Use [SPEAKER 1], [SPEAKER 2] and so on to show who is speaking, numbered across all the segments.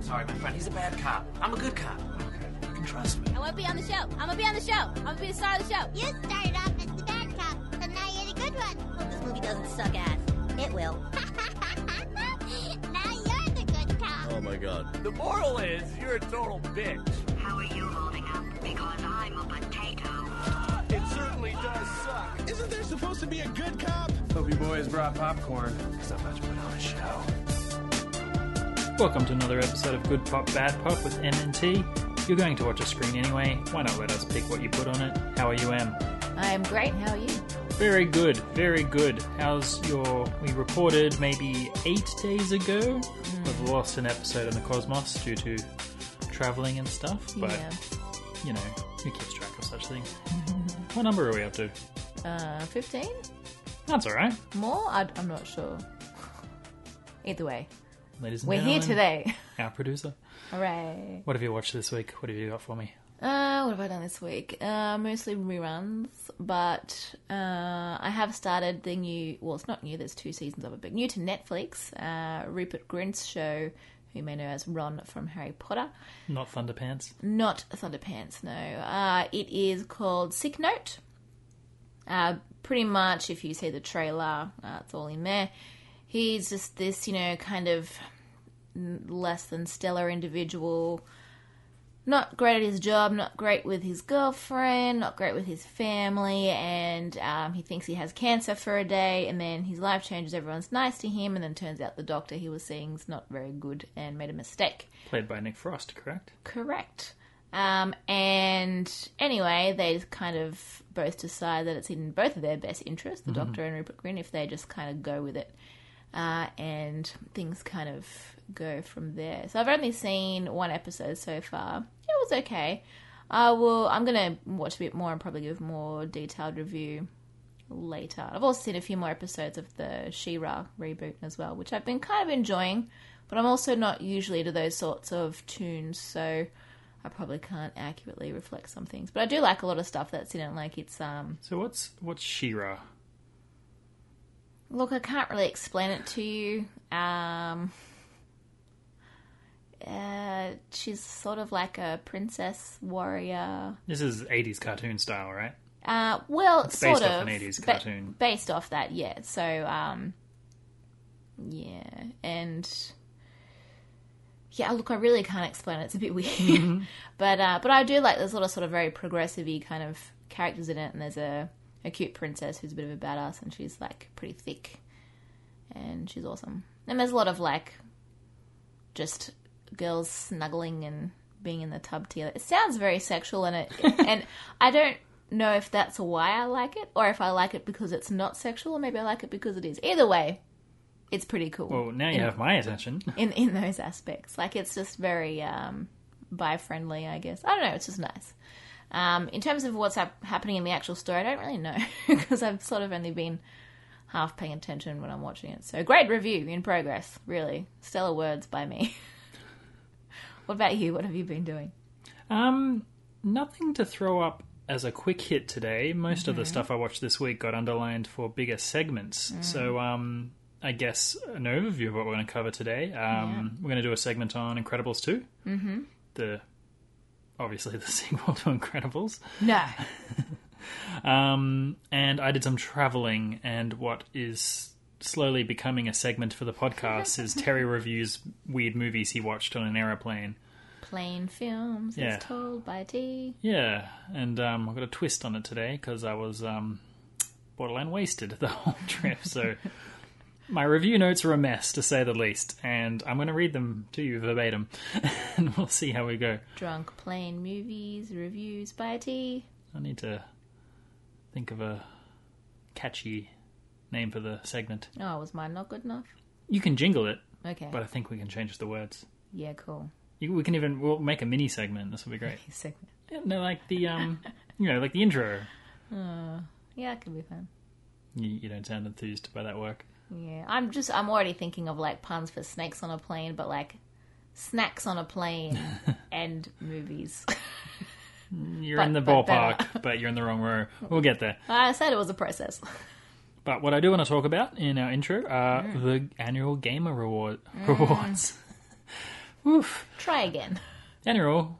[SPEAKER 1] Sorry, my friend. He's a bad cop. I'm a good cop. You can trust me.
[SPEAKER 2] I want to be on the show. I'm gonna be on the show. I'm gonna be the star of the show.
[SPEAKER 3] You started off as the bad cop, and now you're the good one.
[SPEAKER 4] Hope this movie doesn't suck ass. It will.
[SPEAKER 3] now you're the good cop.
[SPEAKER 5] Oh my god.
[SPEAKER 6] The moral is you're a total bitch.
[SPEAKER 7] How are you holding up? Because I'm a potato.
[SPEAKER 6] It certainly does suck.
[SPEAKER 5] Isn't there supposed to be a good cop?
[SPEAKER 1] Hope you boys brought popcorn. Because I'm about to put on a show.
[SPEAKER 8] Welcome to another episode of Good Pop Bad Pop with M and T. You're going to watch a screen anyway. Why not let us pick what you put on it? How are you, Em?
[SPEAKER 9] I am great. How are you?
[SPEAKER 8] Very good, very good. How's your? We recorded maybe eight days ago.
[SPEAKER 9] Hmm.
[SPEAKER 8] We've lost an episode in the cosmos due to traveling and stuff, but you know who keeps track of such things? what number are we up to?
[SPEAKER 9] Yeah. Uh, 15?
[SPEAKER 8] That's all right,
[SPEAKER 9] More? I, I'm not sure. Either way,
[SPEAKER 8] ladies and
[SPEAKER 9] we're
[SPEAKER 8] gentlemen.
[SPEAKER 9] here today.
[SPEAKER 8] Our producer.
[SPEAKER 9] Hooray.
[SPEAKER 8] What have you watched this week? What have you got for me?
[SPEAKER 9] Uh, what have I done this week? Uh, mostly reruns, but uh, I have started the new, well, it's not new, there's two seasons of it, but new to Netflix, uh, Rupert Grint's show, who you may know as Ron from Harry Potter.
[SPEAKER 8] Not Thunderpants.
[SPEAKER 9] Not Thunderpants, no. Uh, it is called Sick Note. Uh, pretty much, if you see the trailer, uh, it's all in there. He's just this, you know, kind of n- less than stellar individual. Not great at his job, not great with his girlfriend, not great with his family, and um, he thinks he has cancer for a day, and then his life changes. Everyone's nice to him, and then turns out the doctor he was seeing is not very good and made a mistake.
[SPEAKER 8] Played by Nick Frost, correct?
[SPEAKER 9] Correct. Um, and anyway, they kind of both decide that it's in both of their best interests, the Doctor and Rupert Green, if they just kind of go with it. Uh, and things kind of go from there. So I've only seen one episode so far. It was okay. I will. I'm gonna watch a bit more and probably give more detailed review later. I've also seen a few more episodes of the She-Ra reboot as well, which I've been kind of enjoying, but I'm also not usually to those sorts of tunes, so I probably can't accurately reflect some things. But I do like a lot of stuff that's in it, like it's um
[SPEAKER 8] So what's what's Shira?
[SPEAKER 9] Look, I can't really explain it to you. Um, uh, she's sort of like a princess warrior.
[SPEAKER 8] This is 80s cartoon style, right?
[SPEAKER 9] Uh, well, sort
[SPEAKER 8] based
[SPEAKER 9] of
[SPEAKER 8] off an 80s
[SPEAKER 9] ba-
[SPEAKER 8] cartoon.
[SPEAKER 9] based off that, yeah. So, um, yeah, and yeah. Look, I really can't explain it. It's a bit weird,
[SPEAKER 8] Mm-hmm.
[SPEAKER 9] but uh, but I do like there's a lot of sort of very progressive-y kind of characters in it, and there's a a cute princess who's a bit of a badass, and she's like pretty thick, and she's awesome. And there's a lot of like just girls snuggling and being in the tub together. It sounds very sexual, and it and I don't know if that's why I like it, or if I like it because it's not sexual, or maybe I like it because it is. Either way, it's pretty cool
[SPEAKER 8] Well, now you have my attention.
[SPEAKER 9] in in those aspects. Like it's just very um, bi friendly, I guess. I don't know. It's just nice. Um, in terms of what's hap- happening in the actual story, I don't really know because I've sort of only been half paying attention when I'm watching it. So great review in progress. Really stellar words by me. what about you? What have you been doing?
[SPEAKER 8] Um, nothing to throw up as a quick hit today. Most of the stuff I watched this week got underlined for bigger segments. So, um, I guess an overview of what we're going to cover today. Um, We're going to do a segment on Incredibles 2. Mm-hmm. The obviously the sequel to Incredibles.
[SPEAKER 9] No.
[SPEAKER 8] Um, and I did some traveling, and what is slowly becoming a segment for the podcast is Terry reviews weird movies he watched on an aeroplane.
[SPEAKER 9] Plain films
[SPEAKER 8] Yeah.
[SPEAKER 9] as told by T.
[SPEAKER 8] Yeah, and um, I've got a twist on it today because I was um, borderline wasted the whole trip. So my review notes are a mess, to say the least, and I'm going to read them to you verbatim, and we'll see how we go.
[SPEAKER 9] Drunk plain movies reviews by T.
[SPEAKER 8] I need to think of a catchy name for the segment.
[SPEAKER 9] Oh, was mine not good enough?
[SPEAKER 8] You can jingle it,
[SPEAKER 9] Okay.
[SPEAKER 8] but I think we can change the words.
[SPEAKER 9] yeah, cool.
[SPEAKER 8] You- We can even we'll make a mini segment. This will be great.
[SPEAKER 9] Segment.
[SPEAKER 8] Yeah, no, like the um, you know, like the intro.
[SPEAKER 9] Yeah, it could be fun.
[SPEAKER 8] You, you don't sound enthused by that work.
[SPEAKER 9] Yeah, I'm just I'm already thinking of like puns for snakes on a plane, but like snacks on a plane and movies.
[SPEAKER 8] You're
[SPEAKER 9] But-
[SPEAKER 8] in the
[SPEAKER 9] but
[SPEAKER 8] ballpark, but, you're in the wrong row. We'll get there.
[SPEAKER 9] I said it was a process.
[SPEAKER 8] But what I do want to talk Mm. about in our intro are the annual Gamer Reward rewards. Woof.
[SPEAKER 9] Try again.
[SPEAKER 8] Annual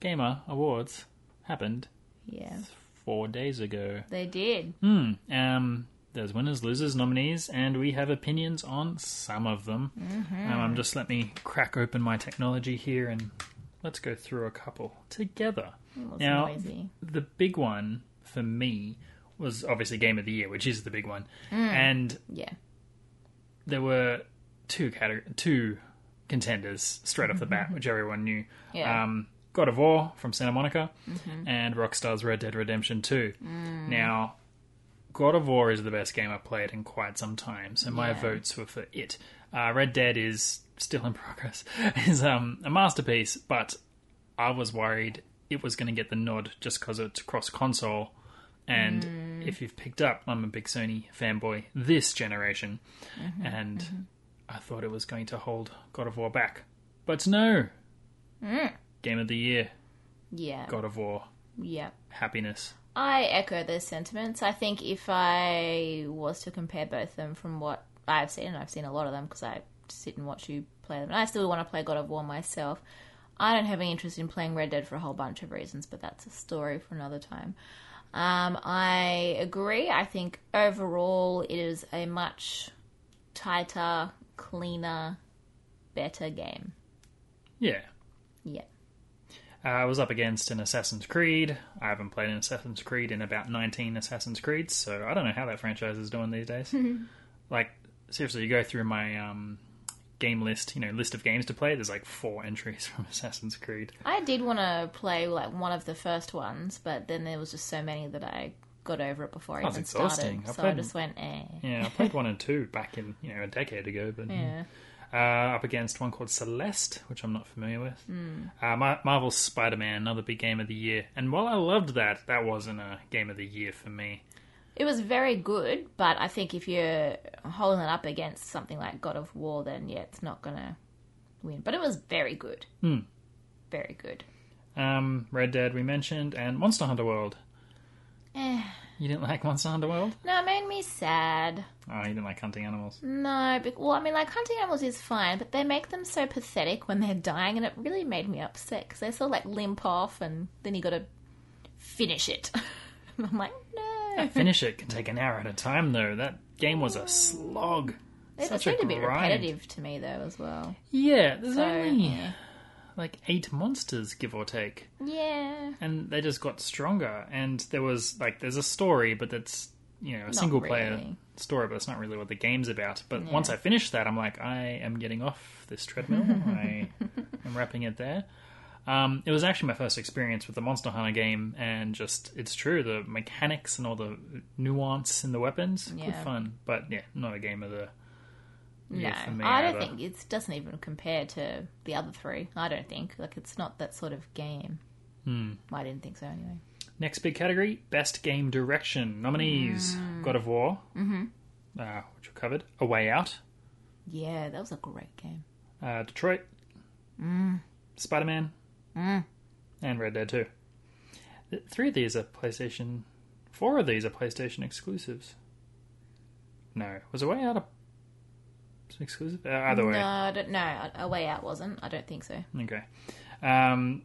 [SPEAKER 8] Gamer Awards happened
[SPEAKER 9] Yeah,
[SPEAKER 8] four days ago.
[SPEAKER 9] they did.
[SPEAKER 8] Um, there's winners, losers, nominees, and we have opinions on some of them. Um, um, just let me crack open my technology here and let's go through a couple together.
[SPEAKER 9] was
[SPEAKER 8] now,
[SPEAKER 9] noisy.
[SPEAKER 8] the big one for me was obviously Game of the Year, which is the big one, and
[SPEAKER 9] Yeah.
[SPEAKER 8] there were two category- two contenders straight off the bat, which everyone knew.
[SPEAKER 9] Yeah. Mm-hmm.
[SPEAKER 8] Um, God of War from Santa Monica and Rockstar's Red Dead Redemption 2.
[SPEAKER 9] Mm.
[SPEAKER 8] Now, God of War is the best game I've played in quite some time, so my
[SPEAKER 9] Yeah.
[SPEAKER 8] votes were for it. Uh, Red Dead is still in progress, is um, a masterpiece, but I was worried it was going to get the nod just because it's cross console. And
[SPEAKER 9] Mm.
[SPEAKER 8] if you've picked up, I'm a big Sony fanboy this generation,
[SPEAKER 9] Mm-hmm.
[SPEAKER 8] and I thought it was going to hold God of War back. But no! Game of the Year,
[SPEAKER 9] Yeah.
[SPEAKER 8] God of War,
[SPEAKER 9] Yeah.
[SPEAKER 8] happiness.
[SPEAKER 9] I echo those sentiments. I think if I was to compare both of them from what I've seen, and I've seen a lot of them because I sit and watch you play them, and I still want to play God of War myself. I don't have any interest in playing Red Dead for a whole bunch of reasons, but that's a story for another time. Um, I agree. I think overall it is a much tighter, cleaner, better game.
[SPEAKER 8] Yeah.
[SPEAKER 9] Yeah.
[SPEAKER 8] Uh, I was up against an Assassin's Creed. I haven't played an Assassin's Creed in about 19 Assassin's Creeds, so I don't know how that franchise is doing these days. like, seriously, you go through my um, game list, you know, list of games to play, there's like four entries from Assassin's Creed.
[SPEAKER 9] I did want to play like one of the first ones, but then there was just so many that I got over it before I
[SPEAKER 8] That's
[SPEAKER 9] even
[SPEAKER 8] exhausting.
[SPEAKER 9] started.
[SPEAKER 8] I've
[SPEAKER 9] so I
[SPEAKER 8] played-
[SPEAKER 9] just went, eh.
[SPEAKER 8] Yeah, I played one and two back in, you know, a decade ago, but. hmm.
[SPEAKER 9] Yeah.
[SPEAKER 8] Uh, up against one called Celeste, which I'm not familiar with. Uh, Mar- Marvel's Spider-Man, another big game of the year. And while I loved that, that wasn't a game of the year for me.
[SPEAKER 9] It was very good, but I think if you're holding it up against something like God of War, then yeah, it's not gonna win. But it was very good.
[SPEAKER 8] Hmm.
[SPEAKER 9] Very good.
[SPEAKER 8] Um, Red Dead we mentioned, and Monster Hunter World.
[SPEAKER 9] Eh.
[SPEAKER 8] You didn't like Monster Hunter World?
[SPEAKER 9] No, it made me sad.
[SPEAKER 8] Oh, you didn't like hunting animals.
[SPEAKER 9] Mm. No, be- well, I mean, like hunting animals is fine, but they make them so pathetic when they're dying, and it really made me upset because they sort of like limp off, and then you got to finish it. and I'm like, no,
[SPEAKER 8] Finish it can take an hour at a time though. That game was a slog.
[SPEAKER 9] they just
[SPEAKER 8] such a
[SPEAKER 9] seemed a bit
[SPEAKER 8] grind.
[SPEAKER 9] repetitive to me though as well.
[SPEAKER 8] Yeah, there's
[SPEAKER 9] So,
[SPEAKER 8] only
[SPEAKER 9] yeah.
[SPEAKER 8] like eight monsters, give or take.
[SPEAKER 9] yeah,
[SPEAKER 8] And they just got stronger and there was like there's a story, but that's you know, a single player
[SPEAKER 9] really.
[SPEAKER 8] story, but it's not really what the game's about. But once I finished that I'm like, I am getting off this treadmill. I am wrapping it there. Um, it was actually my first experience with the Monster Hunter game, and just it's true the mechanics and all the nuance in the weapons, good
[SPEAKER 9] Yeah.
[SPEAKER 8] fun. But yeah, not a game of the year for me.
[SPEAKER 9] no, I don't
[SPEAKER 8] either.
[SPEAKER 9] think it doesn't even compare to the other three. I don't think like it's not that sort of game. Hmm. I didn't think so anyway.
[SPEAKER 8] Next big category: best game direction nominees:
[SPEAKER 9] Mm.
[SPEAKER 8] God of War, mm-hmm. uh, which we covered, A Way Out,
[SPEAKER 9] Yeah, that was a great game.
[SPEAKER 8] uh, Detroit,
[SPEAKER 9] Mm.
[SPEAKER 8] Spider Man, and Red Dead Two. Th- Three of these are PlayStation. Four of these are PlayStation exclusives. No, was a way out of exclusive. Uh, either
[SPEAKER 9] No,
[SPEAKER 8] way,
[SPEAKER 9] I don't, no, a way out wasn't. I don't think so.
[SPEAKER 8] okay. Um,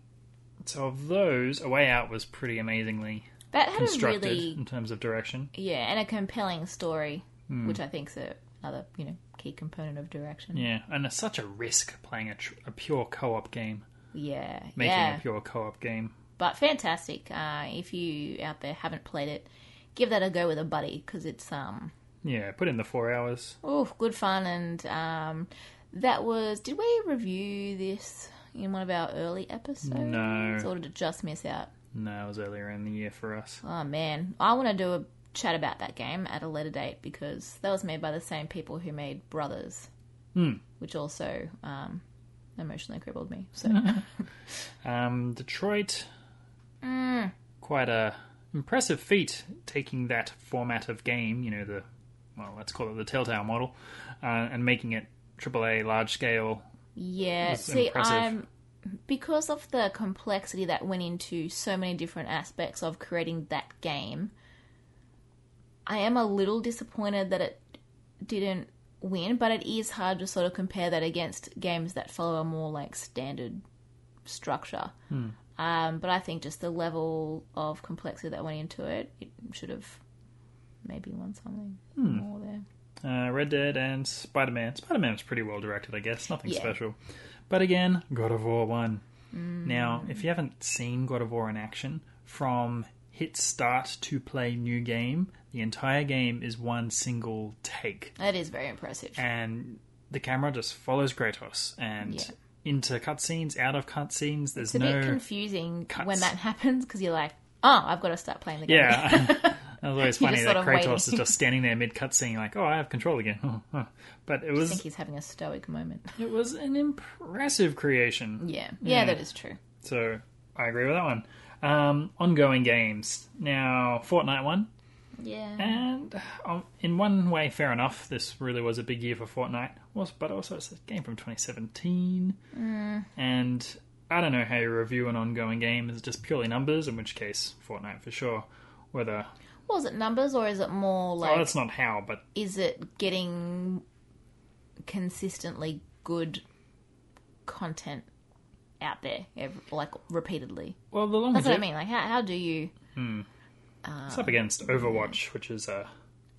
[SPEAKER 8] so of those, a way out was pretty amazingly
[SPEAKER 9] That had a
[SPEAKER 8] constructed
[SPEAKER 9] really
[SPEAKER 8] in terms of direction.
[SPEAKER 9] Yeah, and a compelling story, which I think's a another you know key component of direction.
[SPEAKER 8] Hmm. Yeah, and it's such a risk playing a, tr- a pure co-op game,
[SPEAKER 9] yeah,
[SPEAKER 8] making
[SPEAKER 9] yeah.
[SPEAKER 8] a pure co-op game.
[SPEAKER 9] But fantastic. Uh, if you out there haven't played it, give that a go with a buddy because it's um
[SPEAKER 8] Yeah, put in the four hours.
[SPEAKER 9] oof, good fun and um that was did we review this in one of our early episodes
[SPEAKER 8] No.
[SPEAKER 9] or did it just miss out?
[SPEAKER 8] No, it was earlier in the year for us.
[SPEAKER 9] Oh man, I want to do a chat about that game at a later date because that was made by the same people who made Brothers, which also um, emotionally crippled me. So
[SPEAKER 8] Um, Detroit, quite a impressive feat taking that format of game, you know the well, let's call it the Telltale model, uh, and making it AAA large scale.
[SPEAKER 9] yeah,
[SPEAKER 8] That's
[SPEAKER 9] see,
[SPEAKER 8] impressive.
[SPEAKER 9] I'm because of the complexity that went into so many different aspects of creating that game. I am a little disappointed that it didn't win, but it is hard to sort of compare that against games that follow a more like standard structure.
[SPEAKER 8] Hmm.
[SPEAKER 9] Um, but I think just the level of complexity that went into it, it should have maybe won something
[SPEAKER 8] Hmm.
[SPEAKER 9] more there.
[SPEAKER 8] Uh, Red Dead and Spider Man. Spider Man's pretty well directed, I guess. Nothing
[SPEAKER 9] Yeah.
[SPEAKER 8] special. But again, God of War 1.
[SPEAKER 9] Mm.
[SPEAKER 8] Now, if you haven't seen God of War in action, from hit start to play new game, the entire game is one single take.
[SPEAKER 9] That is very impressive.
[SPEAKER 8] And the camera just follows Kratos and
[SPEAKER 9] Yeah.
[SPEAKER 8] into cutscenes, out of cutscenes. There's
[SPEAKER 9] it's a
[SPEAKER 8] no.
[SPEAKER 9] bit confusing when
[SPEAKER 8] cuts.
[SPEAKER 9] that happens because you're like, oh, I've got to start playing the game.
[SPEAKER 8] Yeah. that was always
[SPEAKER 9] You're
[SPEAKER 8] funny
[SPEAKER 9] just
[SPEAKER 8] that
[SPEAKER 9] sort of
[SPEAKER 8] Kratos is
[SPEAKER 9] waiting.
[SPEAKER 8] just standing there mid cutscene, like, oh, I have control again. Oh, huh. But it
[SPEAKER 9] I think
[SPEAKER 8] was
[SPEAKER 9] he's having a stoic moment.
[SPEAKER 8] it was an impressive creation.
[SPEAKER 9] Yeah. Yeah, that is true.
[SPEAKER 8] So I agree with that one. Um, ongoing games now, Fortnite one,
[SPEAKER 9] Yeah.
[SPEAKER 8] and um, in one way, fair enough. This really was a big year for Fortnite, was but also it's a game from 2017,
[SPEAKER 9] Mm.
[SPEAKER 8] and I don't know how you review an ongoing game. Is it just purely numbers? In which case, Fortnite for sure. Whether
[SPEAKER 9] Was it numbers or is it more
[SPEAKER 8] oh,
[SPEAKER 9] like
[SPEAKER 8] that's not how, but
[SPEAKER 9] is it getting consistently good content out there ev- like repeatedly
[SPEAKER 8] well, the long
[SPEAKER 9] that's what i
[SPEAKER 8] it-
[SPEAKER 9] mean like how, how do you
[SPEAKER 8] It's up against Overwatch, which is a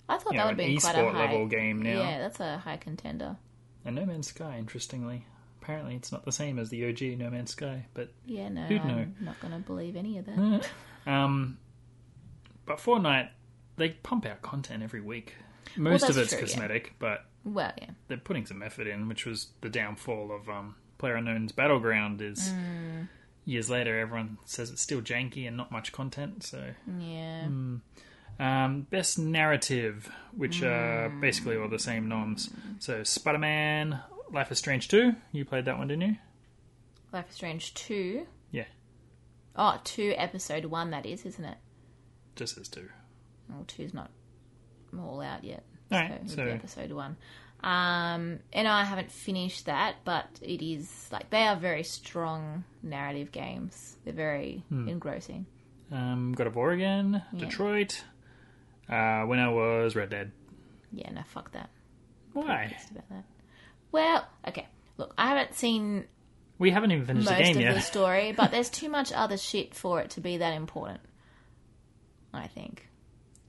[SPEAKER 9] i thought
[SPEAKER 8] you
[SPEAKER 9] that
[SPEAKER 8] know,
[SPEAKER 9] would
[SPEAKER 8] an
[SPEAKER 9] be quite a
[SPEAKER 8] esport
[SPEAKER 9] high
[SPEAKER 8] level game now.
[SPEAKER 9] yeah that's a high contender
[SPEAKER 8] And No Man's Sky, interestingly. Apparently, it's not the same as the OG No Man's Sky, but
[SPEAKER 9] yeah no
[SPEAKER 8] Who'd
[SPEAKER 9] i'm
[SPEAKER 8] know?
[SPEAKER 9] not gonna believe any of that
[SPEAKER 8] um, but Fortnite they pump out content every week. Most of
[SPEAKER 9] that's
[SPEAKER 8] it's
[SPEAKER 9] true, yeah.
[SPEAKER 8] cosmetic, but
[SPEAKER 9] well yeah
[SPEAKER 8] they're putting some effort in, which was the downfall of um, PlayerUnknown's Battleground. Is
[SPEAKER 9] Mm.
[SPEAKER 8] years later, everyone says it's still janky and not much content. So,
[SPEAKER 9] yeah
[SPEAKER 8] um, best narrative, which are
[SPEAKER 9] Mm.
[SPEAKER 8] basically all the same noms. So, Spider Man, Life is Strange Two. You played that one, didn't you?
[SPEAKER 9] life is strange 2
[SPEAKER 8] Yeah,
[SPEAKER 9] oh 2 episode 1 that is isn't it
[SPEAKER 8] just as two.
[SPEAKER 9] well 2's not all out yet
[SPEAKER 8] All
[SPEAKER 9] so
[SPEAKER 8] right,
[SPEAKER 9] it'd
[SPEAKER 8] so
[SPEAKER 9] be episode one. Um, and I haven't finished that, but it is like they are very strong narrative games. They're very
[SPEAKER 8] Hmm.
[SPEAKER 9] engrossing.
[SPEAKER 8] Um, God of War again, Detroit. Uh, winner was Red Dead.
[SPEAKER 9] Yeah, no, fuck that.
[SPEAKER 8] Why?
[SPEAKER 9] It's about that. Well, okay. Look, I haven't seen
[SPEAKER 8] We haven't even finished
[SPEAKER 9] most
[SPEAKER 8] the game
[SPEAKER 9] of
[SPEAKER 8] yet.
[SPEAKER 9] the story, but there's too much other shit for it to be that important. I think.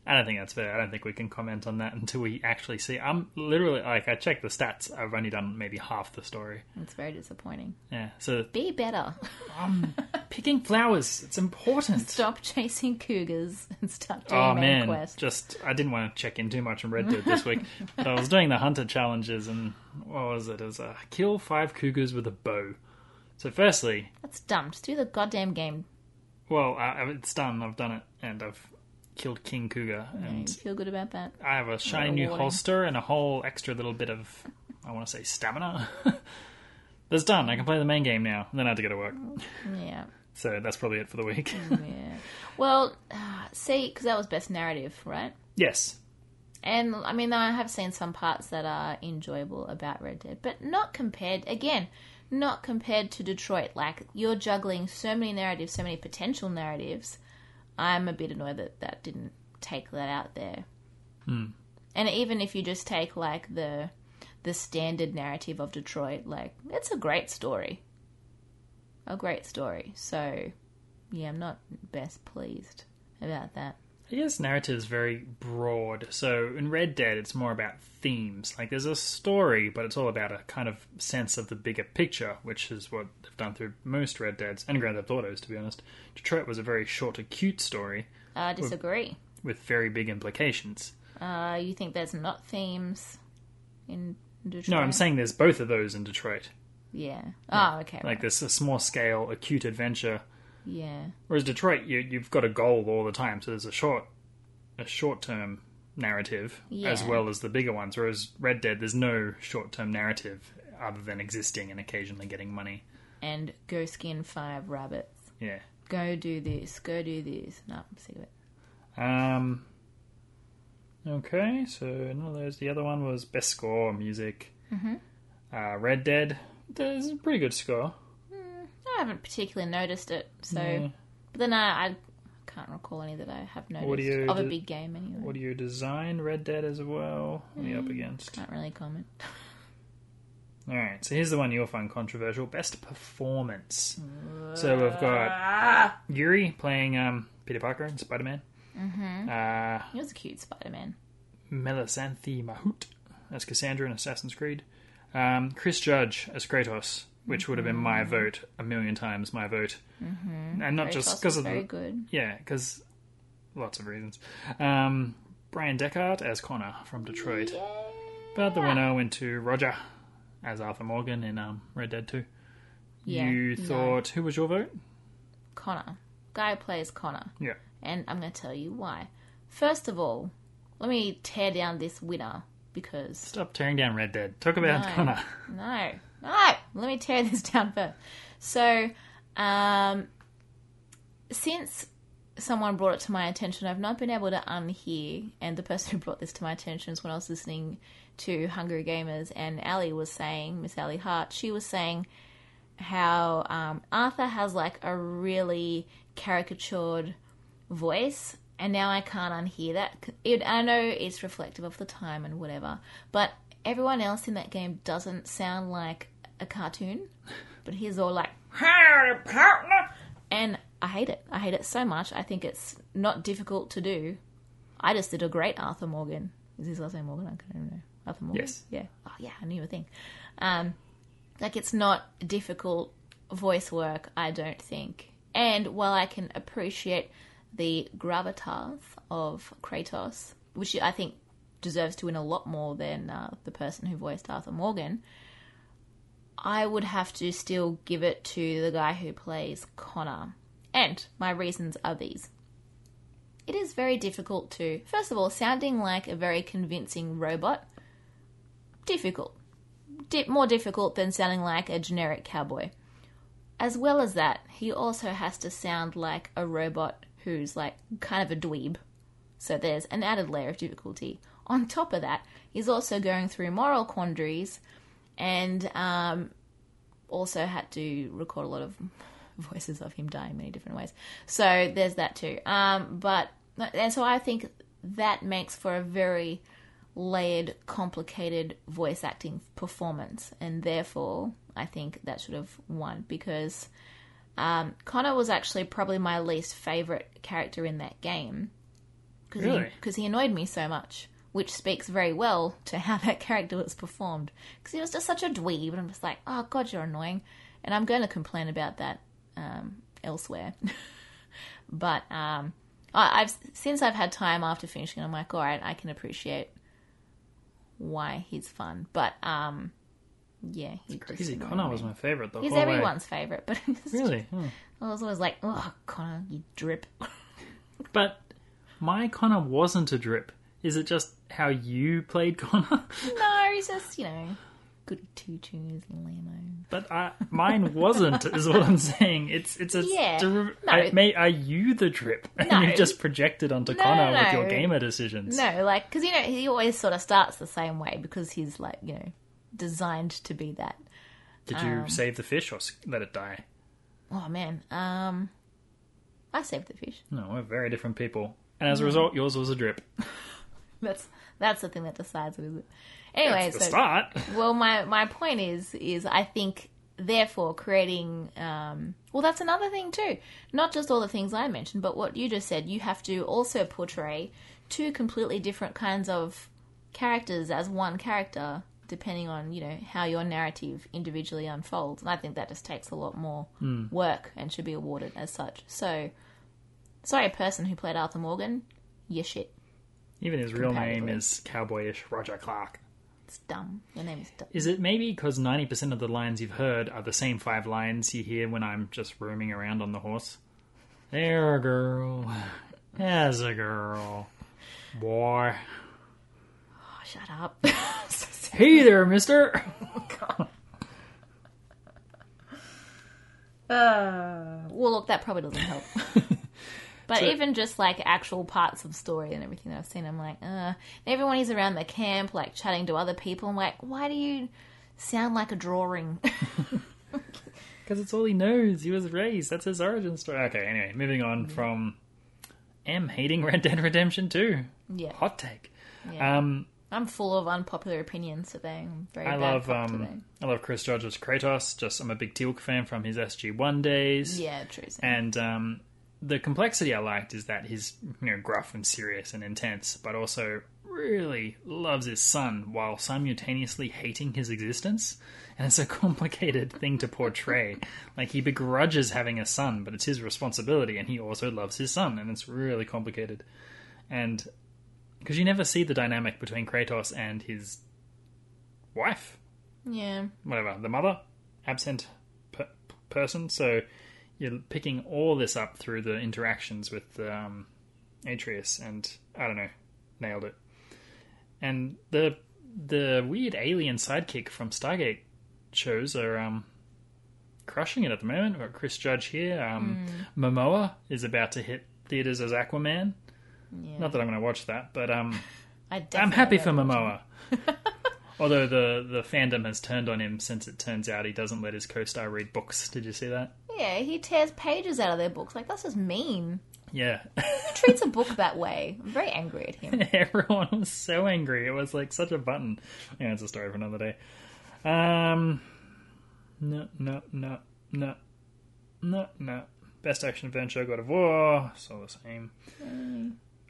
[SPEAKER 8] I don't think that's fair. I don't think we can comment on that until we actually see. I'm literally like I checked the stats. I've only done maybe half the story.
[SPEAKER 9] It's very disappointing.
[SPEAKER 8] Yeah. So
[SPEAKER 9] Be better.
[SPEAKER 8] picking flowers, it's important.
[SPEAKER 9] Stop chasing cougars and start doing
[SPEAKER 8] Oh
[SPEAKER 9] main
[SPEAKER 8] man,
[SPEAKER 9] quests.
[SPEAKER 8] just I didn't want to check in too much on Red Dead this week, but I was doing the hunter challenges and what was it? It was uh, kill five cougars with a bow. So firstly,
[SPEAKER 9] That's dumb. Just do the goddamn game.
[SPEAKER 8] Well, I, I- it's done. I've done it, and I've killed King Cougar,
[SPEAKER 9] You
[SPEAKER 8] and
[SPEAKER 9] feel good about that.
[SPEAKER 8] I have a shiny new
[SPEAKER 9] rewarding.
[SPEAKER 8] holster and a whole extra little bit of, I want to say, stamina. That's done. I can play the main game now. Then I have to go to work.
[SPEAKER 9] Yeah.
[SPEAKER 8] So that's probably it for the week.
[SPEAKER 9] Yeah. Well, ah, see, because that was best narrative, right?
[SPEAKER 8] yes,
[SPEAKER 9] And I mean, I have seen some parts that are enjoyable about Red Dead, but not compared, again, not compared to Detroit. Like, you're juggling so many narratives, so many potential narratives. I'm a bit annoyed that that didn't take that out there. And even if you just take, like, the. The standard narrative of Detroit, like it's a great story, a great story. So, yeah, I'm not best pleased about that.
[SPEAKER 8] I guess narrative's very broad. So in Red Dead, it's more about themes. Like there's a story, but it's all about a kind of sense of the bigger picture, which is what they've done through most Red Deads and Grand Theft Autos, to be honest. Detroit was a very short, acute story.
[SPEAKER 9] I disagree.
[SPEAKER 8] with very big implications.
[SPEAKER 9] Uh, you think there's not themes in Detroit?
[SPEAKER 8] No, I'm saying there's both of those in Detroit.
[SPEAKER 9] Yeah. Oh, okay.
[SPEAKER 8] Like there's a small scale, acute adventure,
[SPEAKER 9] yeah.
[SPEAKER 8] whereas Detroit, you, you've got a goal all the time. So there's a short, a short term narrative as
[SPEAKER 9] Yeah.
[SPEAKER 8] well as the bigger ones. Whereas Red Dead, there's no short term narrative other than existing and occasionally getting money.
[SPEAKER 9] And go skin five rabbits.
[SPEAKER 8] Yeah.
[SPEAKER 9] Go do this. Go do this. No, I'm sick of it.
[SPEAKER 8] Um. Okay, so none of those. The other one was best score music. Mm-hmm. Uh, Red Dead. There's a pretty good score.
[SPEAKER 9] I haven't particularly noticed it. So, but then I, I can't recall any that I have noticed
[SPEAKER 8] Audio
[SPEAKER 9] of a
[SPEAKER 8] de-
[SPEAKER 9] big game anyway.
[SPEAKER 8] Audio design, Red Dead as well. What are
[SPEAKER 9] Hmm.
[SPEAKER 8] you up against?
[SPEAKER 9] Can't really comment.
[SPEAKER 8] All right, so here's the one you'll find controversial: best performance. So we've got Yuri playing um, Peter Parker in Spider Man. Mm-hmm. Uh,
[SPEAKER 9] He was a cute Spider-Man.
[SPEAKER 8] Melisanthi Mahout as Cassandra in Assassin's Creed. Um, Chris Judge as Kratos, which would have been my vote a million times, my vote, mm-hmm. and not just
[SPEAKER 9] Mm-hmm. Kratos
[SPEAKER 8] because
[SPEAKER 9] was
[SPEAKER 8] of
[SPEAKER 9] very
[SPEAKER 8] the
[SPEAKER 9] good.
[SPEAKER 8] yeah, because lots of reasons. Um, Brian Deckard as Connor from Detroit, but the winner went to Roger as Arthur Morgan in um, Red Dead Two.
[SPEAKER 9] Yeah,
[SPEAKER 8] you
[SPEAKER 9] no.
[SPEAKER 8] thought who was your vote?
[SPEAKER 9] Connor, guy plays Connor,
[SPEAKER 8] Yeah,
[SPEAKER 9] and I'm going to tell you why. First of all, let me tear down this winner because
[SPEAKER 8] stop tearing down Red Dead. Talk about
[SPEAKER 9] No.
[SPEAKER 8] Connor.
[SPEAKER 9] No, no. Let me tear this down first. So, um, since someone brought it to my attention, I've not been able to unhear. And the person who brought this to my attention is when I was listening to Hungry Gamers, and Ali was saying, Miss Ali Hart, she was saying how um, Arthur has like a really caricatured voice. And now I can't unhear that. It, I know it's reflective of the time and whatever, but everyone else in that game doesn't sound like a cartoon. But he's all like, "Howdy, partner," and I hate it. I hate it so much. I think it's not difficult to do. I just did a great Arthur Morgan. Is his last name Morgan? I don't know. Arthur Morgan.
[SPEAKER 8] Yes.
[SPEAKER 9] Yeah. Oh yeah, I knew a thing. Um, like it's not difficult voice work, I don't think. And while I can appreciate the gravitas of Kratos, which I think deserves to win a lot more than uh, the person who voiced Arthur Morgan, I would have to still give it to the guy who plays Connor. And my reasons are these. It is very difficult to, first of all, sounding like a very convincing robot, difficult di- more difficult than sounding like a generic cowboy. As well as that, he also has to sound like a robot who's like kind of a dweeb. So there's an added layer of difficulty. On top of that, he's also going through moral quandaries and um, also had to record a lot of voices of him dying many different ways. So there's that too. Um, but, and so I think that makes for a very layered, complicated voice acting performance, and therefore I think that should have won because um, Connor was actually probably my least favorite character in that game because
[SPEAKER 8] Really?
[SPEAKER 9] he, annoyed me so much, which speaks very well to how that character was performed because he was just such a dweeb, and I'm just like, oh god, you're annoying, and I'm going to complain about that um, elsewhere. but um, I, I've since I've had time after finishing, it, I'm like, all right, I can appreciate why he's fun. But um, yeah, he's
[SPEAKER 8] Crazy Connor was my favorite the
[SPEAKER 9] He's
[SPEAKER 8] whole
[SPEAKER 9] everyone's favorite, but it's just-
[SPEAKER 8] way. Really, Hmm.
[SPEAKER 9] I was always like, oh, Connor, you drip.
[SPEAKER 8] But my Connor wasn't a drip. Is it just how you played Connor?
[SPEAKER 9] no, he's just you know, good tutus, lamo.
[SPEAKER 8] but I, mine wasn't, is what I'm saying. It's it's a
[SPEAKER 9] Yeah.
[SPEAKER 8] deriv-
[SPEAKER 9] No.
[SPEAKER 8] I, may, are you the drip? And
[SPEAKER 9] No.
[SPEAKER 8] you've just projected onto
[SPEAKER 9] No,
[SPEAKER 8] Connor with
[SPEAKER 9] no.
[SPEAKER 8] your gamer decisions.
[SPEAKER 9] No, like because you know he always sort of starts the same way because he's like you know designed to be that.
[SPEAKER 8] Did you
[SPEAKER 9] Um.
[SPEAKER 8] save the fish or s- let it die?
[SPEAKER 9] Oh man, um, I saved the fish.
[SPEAKER 8] No, we're very different people. And
[SPEAKER 9] Mm.
[SPEAKER 8] as a result, yours was a drip.
[SPEAKER 9] That's that's the thing that decides it, is it? Anyway,
[SPEAKER 8] That's the
[SPEAKER 9] so
[SPEAKER 8] start.
[SPEAKER 9] well my my point is is i think therefore creating um well that's another thing too not just all the things i mentioned but what you just said you have to also portray two completely different kinds of characters as one character depending on you know how your narrative individually unfolds and i think that just takes a lot more work and should be awarded as such so sorry person who played arthur morgan you shit
[SPEAKER 8] Even his real name
[SPEAKER 9] Comparatively.
[SPEAKER 8] is cowboyish Roger Clark.
[SPEAKER 9] it's dumb your name is dumb
[SPEAKER 8] Is it maybe because 90% of the lines you've heard are the same five lines you hear when I'm just roaming around on the horse? There, a girl. As a girl. Boy.
[SPEAKER 9] oh, shut up
[SPEAKER 8] Hey there, mister!
[SPEAKER 9] Well, look, that probably doesn't help. but even just like actual parts of story and everything that I've seen, I'm like, uh. Everyone is around the camp, like chatting to other people. I'm like, why do you sound like a drawing?
[SPEAKER 8] Because it's all he knows. He was raised. That's his origin story. Okay, anyway, moving on from M hating Red Dead Redemption 2.
[SPEAKER 9] Yeah.
[SPEAKER 8] Hot take.
[SPEAKER 9] Yeah.
[SPEAKER 8] Um,
[SPEAKER 9] I'm full of unpopular opinions today. I'm very
[SPEAKER 8] I
[SPEAKER 9] bad
[SPEAKER 8] love
[SPEAKER 9] cop today.
[SPEAKER 8] um, I love Chris Judge as Kratos. Just I'm a big Teal'c fan from his SG1 days.
[SPEAKER 9] Yeah, true. Sam.
[SPEAKER 8] And um, the complexity I liked is that he's you know gruff and serious and intense, but also really loves his son while simultaneously hating his existence. And it's a complicated thing to portray. Like he begrudges having a son, but it's his responsibility, and he also loves his son, and it's really complicated. And because you never see the dynamic between Kratos and his wife
[SPEAKER 9] yeah.
[SPEAKER 8] whatever the mother absent per- person so you're picking all this up through the interactions with um, atreus and i don't know nailed it and the the weird alien sidekick from stargate shows are um, crushing it at the moment we've got chris judge here um, momoa is about to hit theaters as aquaman
[SPEAKER 9] Yeah.
[SPEAKER 8] not that i'm going to watch that but um,
[SPEAKER 9] I
[SPEAKER 8] i'm
[SPEAKER 9] definitely
[SPEAKER 8] happy for
[SPEAKER 9] won't.
[SPEAKER 8] momoa Although the, the fandom has turned on him since it turns out he doesn't let his co-star read books. Did you see that?
[SPEAKER 9] Yeah, he tears pages out of their books. Like, that's just mean.
[SPEAKER 8] Yeah.
[SPEAKER 9] Treats a book that way. I'm very angry at him.
[SPEAKER 8] Everyone was so angry. It was like such a button. Yeah, it's a story for another day. Um No, no, no, no. No, no. Best action adventure, God of War, it's all the same.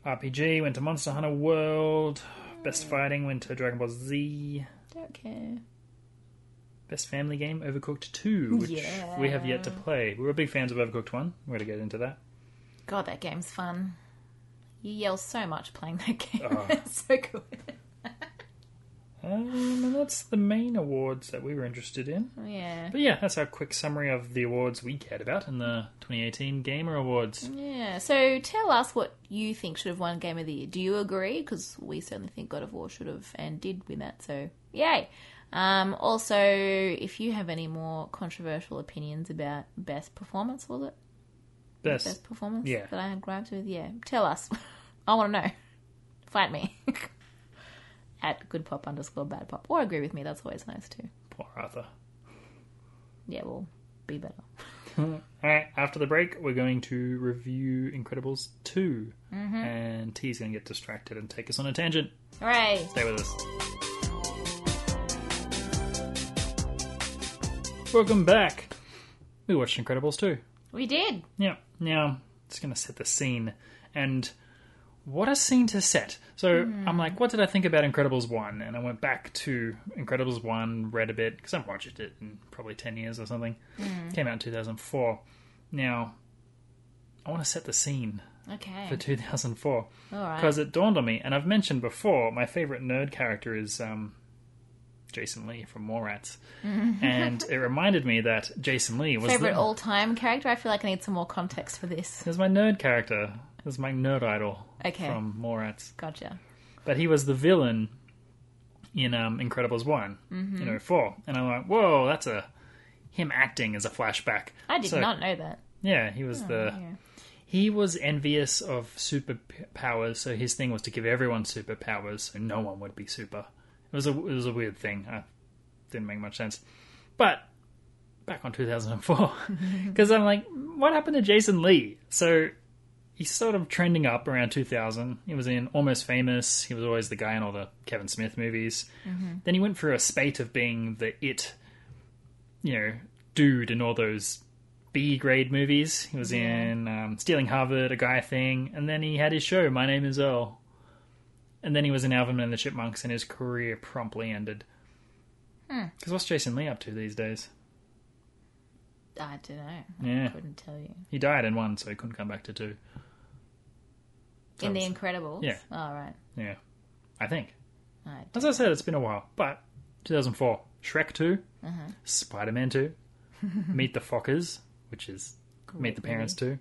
[SPEAKER 8] RPG went to Monster Hunter World. Best fighting went to Dragon Ball Z.
[SPEAKER 9] Don't care.
[SPEAKER 8] Best family game, Overcooked 2, which
[SPEAKER 9] Yeah.
[SPEAKER 8] we have yet to play. We were big fans of Overcooked 1. We're going to get into that.
[SPEAKER 9] God, that game's fun. You yell so much playing that game.
[SPEAKER 8] Oh.
[SPEAKER 9] it's so good.
[SPEAKER 8] Um, and that's the main awards that we were interested in.
[SPEAKER 9] Yeah.
[SPEAKER 8] But yeah, that's our quick summary of the awards we cared about in the 2018 Gamer Awards.
[SPEAKER 9] Yeah. So tell us what you think should have won Game of the Year. Do you agree? Because we certainly think God of War should have and did win that. So yay. Um, also, if you have any more controversial opinions about best performance, was it
[SPEAKER 8] Best.
[SPEAKER 9] best performance
[SPEAKER 8] Yeah.
[SPEAKER 9] that I had griped with? Yeah, tell us. I want to know. Fight me at good pop underscore bad pop, or agree with me. That's always nice too.
[SPEAKER 8] Poor Arthur.
[SPEAKER 9] Yeah, we'll be better.
[SPEAKER 8] Alright, after the break, we're going to review Incredibles 2.
[SPEAKER 9] Mm-hmm.
[SPEAKER 8] And T's going to get distracted and take us on a tangent.
[SPEAKER 9] Hooray!
[SPEAKER 8] Stay with us. Welcome back. We watched Incredibles 2.
[SPEAKER 9] We did.
[SPEAKER 8] Yeah. Now it's going to set the scene, and what a scene to set. So
[SPEAKER 9] Hmm.
[SPEAKER 8] I'm like, what did I think about Incredibles one? And I went back to Incredibles one, read a bit because I've watched it in probably ten years or something.
[SPEAKER 9] Hmm.
[SPEAKER 8] Came out in 2004. Now I want to set the scene
[SPEAKER 9] Okay.
[SPEAKER 8] for 2004
[SPEAKER 9] All right.
[SPEAKER 8] because it dawned on me, and I've mentioned before, my favorite nerd character is um, Jason Lee from Mallrats, and it reminded me that Jason Lee was
[SPEAKER 9] Hmm. favorite
[SPEAKER 8] the,
[SPEAKER 9] all time character. I feel like I need some more context for this.
[SPEAKER 8] There's my nerd character. There's my nerd idol
[SPEAKER 9] Okay.
[SPEAKER 8] from Morats.
[SPEAKER 9] Gotcha.
[SPEAKER 8] But he was the villain in um, Incredibles one
[SPEAKER 9] Mm-hmm.
[SPEAKER 8] in 04. And I'm like, whoa, that's a him acting as a flashback.
[SPEAKER 9] I did
[SPEAKER 8] So,
[SPEAKER 9] not know that.
[SPEAKER 8] Yeah, he was the
[SPEAKER 9] yeah.
[SPEAKER 8] he was envious of superpowers, so his thing was to give everyone superpowers, so no one would be super. It was a it was a weird thing. I didn't make much sense. But back on 2004, because I'm like, what happened to Jason Lee? So he's sort of trending up around 2000. He was in Almost Famous. He was always the guy in all the Kevin Smith movies. Then he went through a spate of being the it, you know, dude in all those B grade movies. He was in um, Stealing Harvard, a guy thing, and then he had his show, My Name Is Earl. And then he was in Alvin and the Chipmunks, and his career promptly ended. Because what's Jason Lee up to these days?
[SPEAKER 9] I don't know.
[SPEAKER 8] Yeah.
[SPEAKER 9] I couldn't tell you.
[SPEAKER 8] He died in one, so he couldn't come back to two.
[SPEAKER 9] In The
[SPEAKER 8] it's-
[SPEAKER 9] Incredibles?
[SPEAKER 8] yeah.
[SPEAKER 9] All right.
[SPEAKER 8] Yeah, I think.
[SPEAKER 9] Alright.
[SPEAKER 8] As I said, it's been a while, but 2004, Shrek 2, Spider Man 2, Meet the Fockers, which is Meet the Parents 2,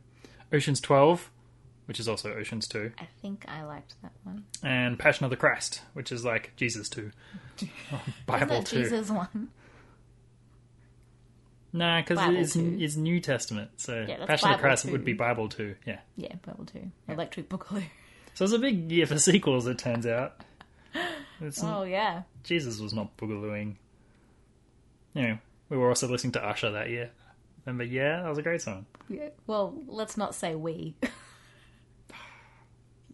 [SPEAKER 8] Ocean's 12, which is also Ocean's 2,
[SPEAKER 9] I think I liked that one.
[SPEAKER 8] and Passion of the Christ, which is like Jesus 2,
[SPEAKER 9] Isn't
[SPEAKER 8] Bible
[SPEAKER 9] that
[SPEAKER 8] 2.
[SPEAKER 9] Jesus one?
[SPEAKER 8] Nah, because
[SPEAKER 9] Bible
[SPEAKER 8] it's,
[SPEAKER 9] 2.
[SPEAKER 8] it's New Testament, so
[SPEAKER 9] that's
[SPEAKER 8] Passion of the
[SPEAKER 9] Bible
[SPEAKER 8] Christ
[SPEAKER 9] 2.
[SPEAKER 8] would be Bible 2, yeah.
[SPEAKER 9] Yeah, Bible 2. Electric Boogaloo.
[SPEAKER 8] So it's a big year for sequels, it turns out. It's,
[SPEAKER 9] Oh, yeah.
[SPEAKER 8] Jesus was not boogalooing. Anyway, we were also listening to Usher that year. Remember, yeah, that was a great song.
[SPEAKER 9] yeah. Well, let's not say we.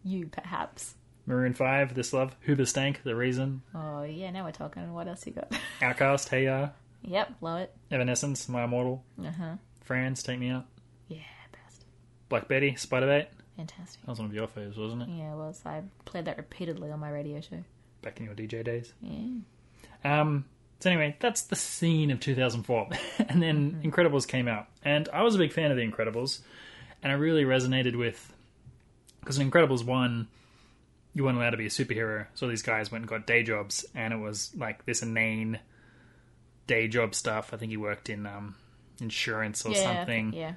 [SPEAKER 9] You, perhaps.
[SPEAKER 8] Maroon 5, This Love, Hoobastank, The Reason,
[SPEAKER 9] Oh, yeah, now we're talking. What else you got?
[SPEAKER 8] Outcast, Hey Ya,
[SPEAKER 9] yep, love it.
[SPEAKER 8] Evanescence, My Immortal,
[SPEAKER 9] Uh huh.
[SPEAKER 8] Franz, Take Me Out,
[SPEAKER 9] Yeah, best.
[SPEAKER 8] Black Betty, Spider Bait.
[SPEAKER 9] Fantastic.
[SPEAKER 8] That was one of your faves, wasn't it?
[SPEAKER 9] Yeah, well, so I played that repeatedly on my radio show.
[SPEAKER 8] Back in your DJ days. Yeah. Um, so anyway, that's the scene of 2004. and then
[SPEAKER 9] Mm-hmm.
[SPEAKER 8] Incredibles came out. And I was a big fan of The Incredibles. And I really resonated with... Because in Incredibles 1, you weren't allowed to be a superhero. So these guys went and got day jobs. And it was like this inane day job stuff. I think he worked in um, insurance or
[SPEAKER 9] yeah,
[SPEAKER 8] something
[SPEAKER 9] Yeah.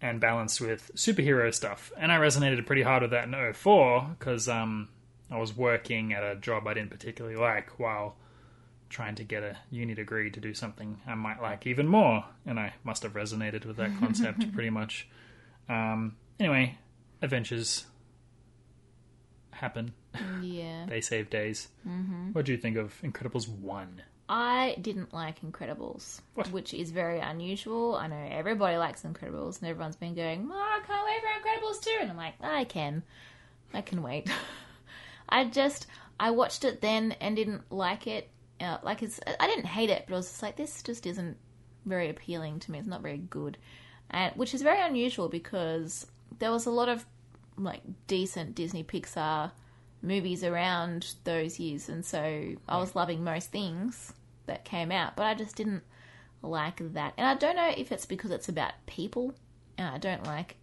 [SPEAKER 8] and balanced with superhero stuff. And I resonated pretty hard with that in 04 because um, I was working at a job I didn't particularly like while trying to get a uni degree to do something I might like even more. And I must have resonated with that concept pretty much. Um, anyway, adventures happen.
[SPEAKER 9] Yeah.
[SPEAKER 8] They save days. Mm-hmm. What do you think of Incredibles 1?
[SPEAKER 9] I didn't like Incredibles,
[SPEAKER 8] What?
[SPEAKER 9] which is very unusual. I know everybody likes Incredibles, and everyone's been going, "Oh, I can't wait for Incredibles 2. And I'm like, I can. I can wait. I just, I watched it then and didn't like it. Uh, like, it's, I didn't hate it, but I was just like, this just isn't very appealing to me. It's not very good. And, which is very unusual because there was a lot of, like, decent Disney Pixar movies around those years, and so I was loving most things that came out, but I just didn't like that. And I don't know if it's because it's about people, and I don't like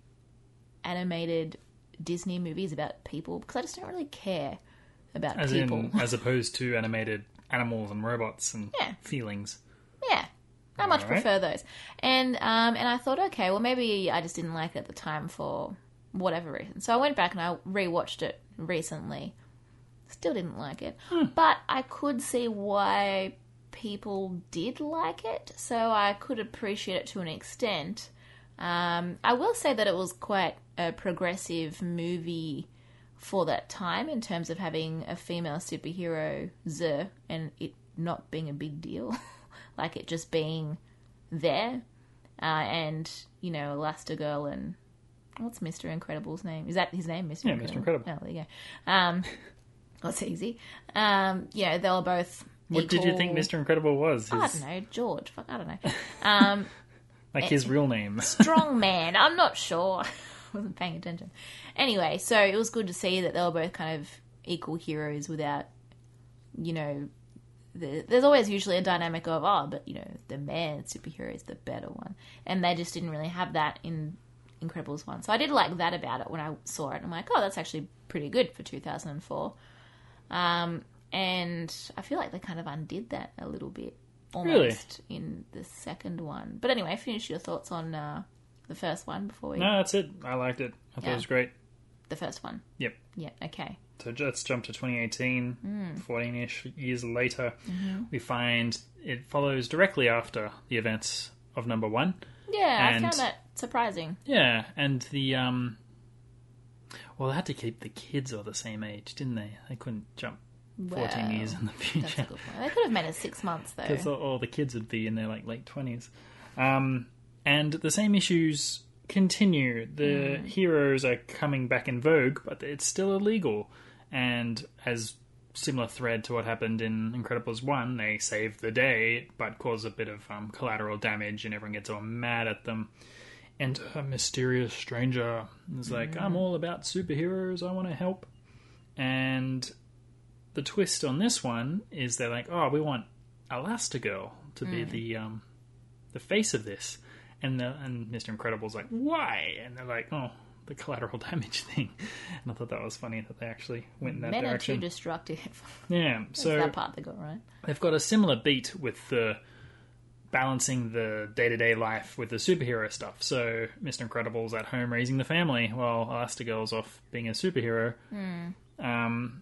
[SPEAKER 9] animated Disney movies about people because I just don't really care about
[SPEAKER 8] As
[SPEAKER 9] people.
[SPEAKER 8] in, as opposed to animated animals and robots and
[SPEAKER 9] Yeah.
[SPEAKER 8] feelings.
[SPEAKER 9] Yeah. I much
[SPEAKER 8] All right.
[SPEAKER 9] prefer those. And um, and I thought, okay, well maybe I just didn't like it at the time for whatever reason. So I went back and I rewatched it recently. Still didn't like it. But I could see why people did like it, so I could appreciate it to an extent. Um, I will say that it was quite a progressive movie for that time in terms of having a female superhero Zer and it not being a big deal, like it just being there, uh, and you know Elastigirl and what's Mister Incredible's name? Is that his name, Mister?
[SPEAKER 8] Yeah, Mr. Incredible.
[SPEAKER 9] Oh, there you go. Um, that's easy. Um, you know they were both.
[SPEAKER 8] What did you think
[SPEAKER 9] equal-
[SPEAKER 8] Mr. Incredible was?
[SPEAKER 9] I
[SPEAKER 8] His-
[SPEAKER 9] don't know, George. Fuck, I don't know. Um,
[SPEAKER 8] Like his real name.
[SPEAKER 9] strong man. I'm not sure. I wasn't paying attention. Anyway, so it was good to see that they were both kind of equal heroes without, you know, the, there's always usually a dynamic of, oh, but, you know, the man superhero is the better one. And they just didn't really have that in Incredibles 1. So I did like that about it when I saw it. I'm like, oh, that's actually pretty good for 2004. Um, and I feel like they kind of undid that a little bit. Almost in the second one. But anyway, finish your thoughts on uh, the first one before we.
[SPEAKER 8] No, that's it. I liked it. I thought it
[SPEAKER 9] Yeah.
[SPEAKER 8] was great.
[SPEAKER 9] The first one.
[SPEAKER 8] Yep.
[SPEAKER 9] Yeah, okay.
[SPEAKER 8] So let's jump to 2018, 14 ish years later. We find it follows directly after the events of number one.
[SPEAKER 9] Yeah, I
[SPEAKER 8] And-
[SPEAKER 9] found that surprising.
[SPEAKER 8] Yeah, and the. um Well, they had to keep the kids all the same age, didn't they? They couldn't jump 14
[SPEAKER 9] Wow.
[SPEAKER 8] years in the
[SPEAKER 9] That's a
[SPEAKER 8] future.
[SPEAKER 9] good point. They could have made it six months, though.
[SPEAKER 8] Because all, all the kids would be in their like late twenties, um, and the same issues continue. The heroes are coming back in vogue, but it's still illegal. And as similar thread to what happened in Incredibles one, they save the day but cause a bit of um, collateral damage, and everyone gets all mad at them. And a mysterious stranger is like, "I'm all about superheroes. I want to help." And the twist on this one is they're like, oh, we want Elastigirl to
[SPEAKER 9] Mm.
[SPEAKER 8] be the um, the face of this, and the, and Mr. Incredible's like, why? And they're like, oh, the collateral damage thing. And I thought that was funny that they actually went in that
[SPEAKER 9] Men are too
[SPEAKER 8] direction.
[SPEAKER 9] destructive.
[SPEAKER 8] yeah, so
[SPEAKER 9] That's that part they got right.
[SPEAKER 8] they've got a similar beat with the balancing the day-to-day life with the superhero stuff. So Mr. Incredible's at home raising the family while Elastigirl's off being a superhero. Um,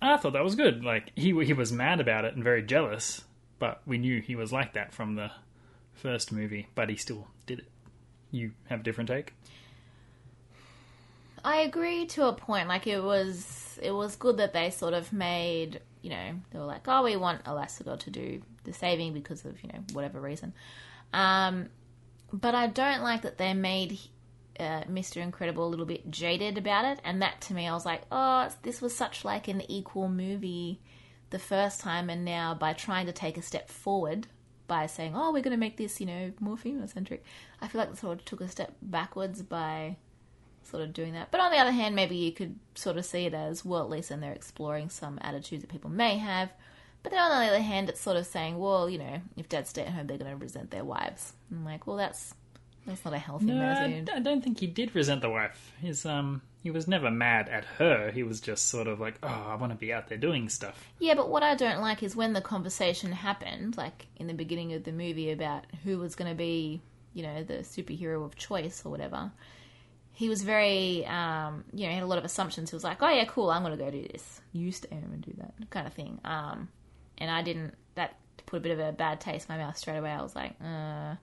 [SPEAKER 8] I thought that was good. Like he he was mad about it and very jealous, but we knew he was like that from the first movie, but he still did it. You have a different take?
[SPEAKER 9] I agree to a point. Like it was, it was good that they sort of made, you know, they were like, oh, we want Elastigirl to do the saving because of you know whatever reason. Um, but I don't like that they made uh, Mr. Incredible a little bit jaded about it, and that to me, I was like, oh, it's- this was such like an equal movie the first time, and now by trying to take a step forward by saying, oh, we're going to make this, you know, more female centric, I feel like it sort of took a step backwards by sort of doing that. But on the other hand, maybe you could sort of see it as, well, at least then they're exploring some attitudes that people may have. But then on the other hand, it's sort of saying, well, you know, if dads stay at home, they're going to resent their wives. I'm like, well, that's that's not a healthy
[SPEAKER 8] No, Uh, I,
[SPEAKER 9] attitude.
[SPEAKER 8] I don't think he did resent the wife. His um, he was never mad at her. He was just sort of like, oh, I want to be out there doing stuff.
[SPEAKER 9] Yeah, but what I don't like is when the conversation happened, like in the beginning of the movie about who was going to be, you know, the superhero of choice or whatever. He was very, um, you know, he had a lot of assumptions. He was like, "Oh yeah, cool, I'm going to go do this. You stay home and do that kind of thing." Um, and I didn't. That put a bit of a bad taste in my mouth straight away. I was like, uh,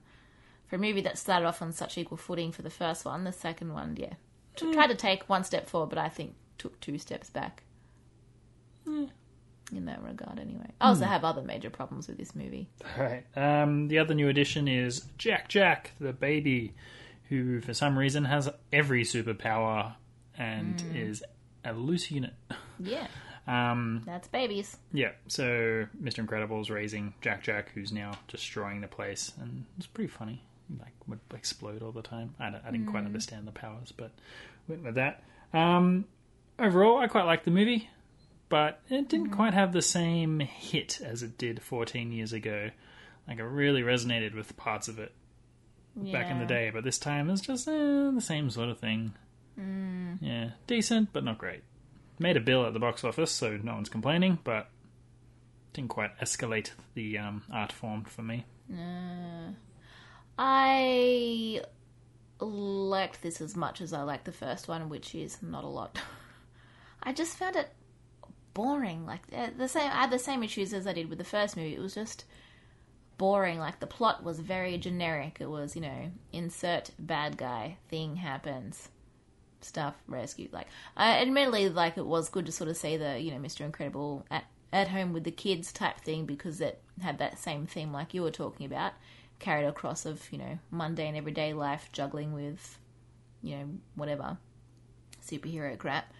[SPEAKER 9] for a movie that started off on such equal footing for the first one, the second one, yeah, T- tried to take one step forward, but I think took two steps back in that regard anyway. I also have other major problems with this movie.
[SPEAKER 8] Right. Um, the other new addition is Jack Jack, the baby, who for some reason has every superpower and is a loose unit.
[SPEAKER 9] Yeah.
[SPEAKER 8] Um,
[SPEAKER 9] That's babies.
[SPEAKER 8] yeah, so Mr. Incredible's raising Jack Jack, who's now destroying the place, and it's pretty funny. Like, would explode all the time. I, don't, I didn't quite understand the powers, but went with that. Um, overall, I quite liked the movie, but it didn't quite have the same hit as it did 14 years ago. Like, it really resonated with parts of it back in the
[SPEAKER 9] Yeah.
[SPEAKER 8] day, but this time it's just eh, the same sort of thing. Yeah, decent, but not great. Made a bill at the box office, so no one's complaining, but didn't quite escalate the um, art form for me.
[SPEAKER 9] I liked this as much as I liked the first one, which is not a lot. I just found it boring. Like eh, the same, I had the same issues as I did with the first movie. It was just boring. Like the plot was very generic. It was you know insert bad guy thing happens. Stuff rescued. Like, I admittedly, like it was good to sort of see the you know Mr. Incredible at at home with the kids type thing because it had that same theme like you were talking about carried across of you know mundane everyday life juggling with you know whatever superhero crap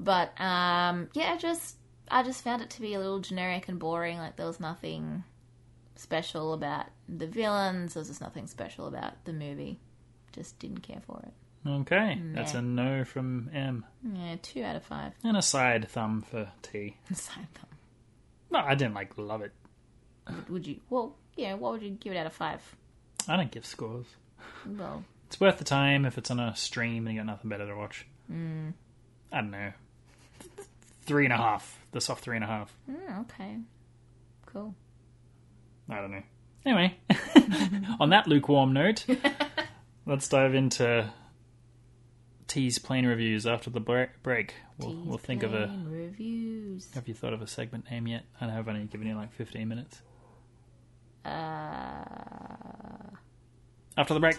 [SPEAKER 9] but um yeah I just i just found it to be a little generic and boring like there was nothing special about the villains there was just nothing special about the movie just didn't care for it
[SPEAKER 8] Okay, that's a no from M.
[SPEAKER 9] yeah two out of five
[SPEAKER 8] And a side thumb for T.
[SPEAKER 9] Side thumb.
[SPEAKER 8] No, I didn't like love it.
[SPEAKER 9] would you well yeah what would you give it out of five
[SPEAKER 8] I don't give scores.
[SPEAKER 9] well
[SPEAKER 8] It's worth the time if it's on a stream and you got nothing better to watch. I don't know. Three and a half. The soft three and a half.
[SPEAKER 9] mm, okay cool
[SPEAKER 8] I don't know. Anyway, on that lukewarm note, let's dive into T's plane reviews after the bre- break. We'll, we'll
[SPEAKER 9] These
[SPEAKER 8] think of a.
[SPEAKER 9] plain reviews
[SPEAKER 8] Have you thought of a segment name yet? I know I've only given you like 15 minutes.
[SPEAKER 9] uh
[SPEAKER 8] After the break.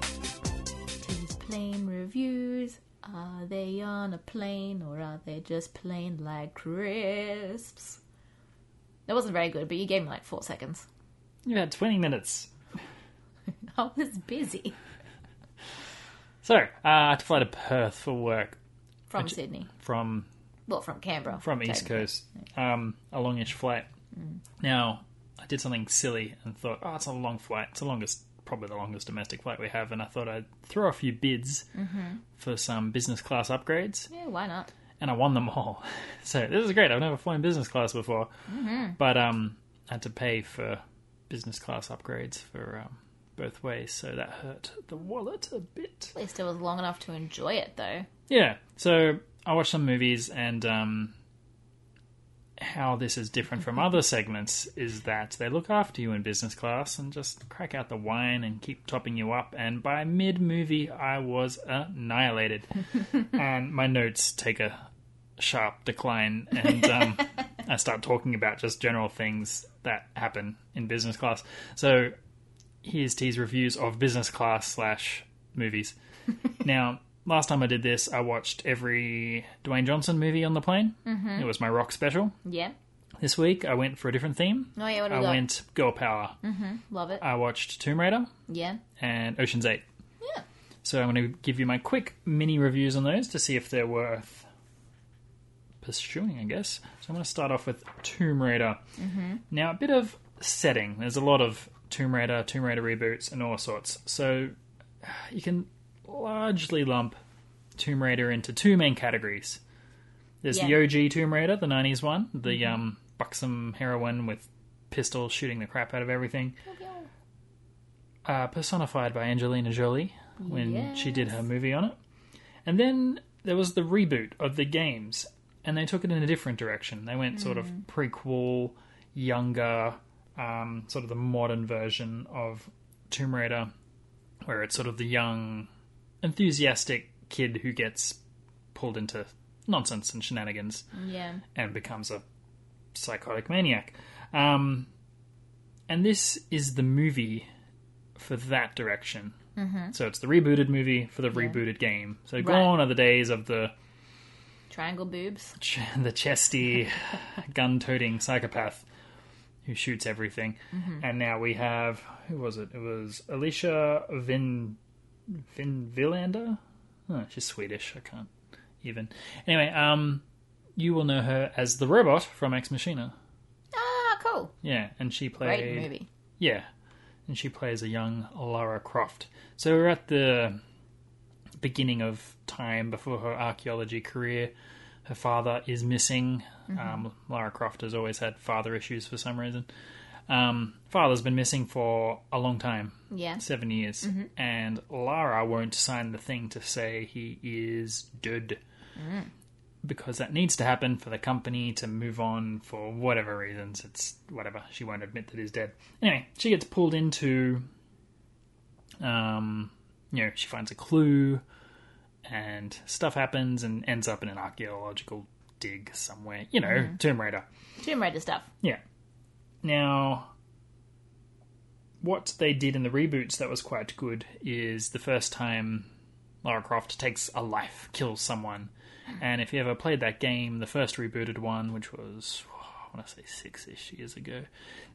[SPEAKER 9] These plane reviews. Are they on a plane or are they just plain like crisps? That wasn't very good, but you gave me like four seconds.
[SPEAKER 8] You had 20 minutes.
[SPEAKER 9] I was busy
[SPEAKER 8] So, uh, I had to fly to Perth for work
[SPEAKER 9] from
[SPEAKER 8] Which-
[SPEAKER 9] Sydney.
[SPEAKER 8] from
[SPEAKER 9] Well, from Canberra.
[SPEAKER 8] from East
[SPEAKER 9] technically.
[SPEAKER 8] Coast, um, a longish flight. Now, I did something silly and thought, oh, it's a long flight. It's the longest, probably the longest domestic flight we have. And I thought I'd throw a few bids for some business class upgrades,
[SPEAKER 9] Yeah, why not?
[SPEAKER 8] and I won them all. so this is great. I've never flown business class before, but um, I had to pay for business class upgrades for um, both ways, so that hurt the wallet a bit.
[SPEAKER 9] At least it was long enough to enjoy it, though.
[SPEAKER 8] Yeah. So I watched some movies, and um, how this is different from other segments is that they look after you in business class and just crack out the wine and keep topping you up. And by mid movie, I was annihilated, and my notes take a sharp decline, and um, I start talking about just general things that happen in business class. So here's T's reviews of business class slash movies. Now, last time I did this, I watched every Dwayne Johnson movie on the plane. It was my rock special.
[SPEAKER 9] Yeah.
[SPEAKER 8] This week I went for a different theme.
[SPEAKER 9] Oh yeah, what do
[SPEAKER 8] I
[SPEAKER 9] we got?
[SPEAKER 8] went girl power.
[SPEAKER 9] Love it.
[SPEAKER 8] I watched Tomb Raider
[SPEAKER 9] yeah.
[SPEAKER 8] and Ocean's Eight.
[SPEAKER 9] Yeah.
[SPEAKER 8] So I'm going to give you my quick mini reviews on those to see if they're worth pursuing, I guess. So I'm going to start off with Tomb Raider.
[SPEAKER 9] Mm-hmm.
[SPEAKER 8] Now, a bit of setting. There's a lot of Tomb Raider, Tomb Raider reboots, and all sorts. So you can largely lump Tomb Raider into two main categories. There's
[SPEAKER 9] Yeah. Mm-hmm.
[SPEAKER 8] the OG Tomb Raider, the 90s one, the um, buxom heroine with pistols shooting the crap out of everything uh, personified by Angelina Jolie when she did her movie on it. And then there was the reboot of the games, and they took it in a different direction. They went sort of prequel, younger, um, sort of the modern version of Tomb Raider, where it's sort of the young, enthusiastic kid who gets pulled into nonsense and shenanigans
[SPEAKER 9] Yeah.
[SPEAKER 8] and becomes a psychotic maniac. Um, and this is the movie for that direction. Mm-hmm. So it's the rebooted movie for the rebooted game. So gone are the days of the
[SPEAKER 9] Triangle boobs.
[SPEAKER 8] ch- the chesty, gun-toting psychopath who shoots everything. And now we have who was it? It was Alicia Vin Vin Villander. Oh, she's Swedish. I can't even. Anyway, um, you will know her as the robot from Ex Machina.
[SPEAKER 9] Ah, cool.
[SPEAKER 8] Yeah, and she played.
[SPEAKER 9] Great movie.
[SPEAKER 8] Yeah, and she plays a young Lara Croft. So we're at the beginning of time before her archaeology career. Her father is missing. Um, Lara Croft has always had father issues for some reason. Um, father's been missing for a long time
[SPEAKER 9] Yeah.
[SPEAKER 8] seven years, and Lara won't sign the thing to say he is dead because that needs to happen for the company to move on for whatever reasons. It's whatever she won't admit that he's dead. Anyway, she gets pulled into, um, you know, she finds a clue, and stuff happens, and ends up in an archaeological dig somewhere. You know, Tomb Raider.
[SPEAKER 9] Tomb Raider stuff.
[SPEAKER 8] Yeah. Now, what they did in the reboots that was quite good is the first time Lara Croft takes a life, kills someone. And if you ever played that game, the first rebooted one, which was, I want to say six ish years ago,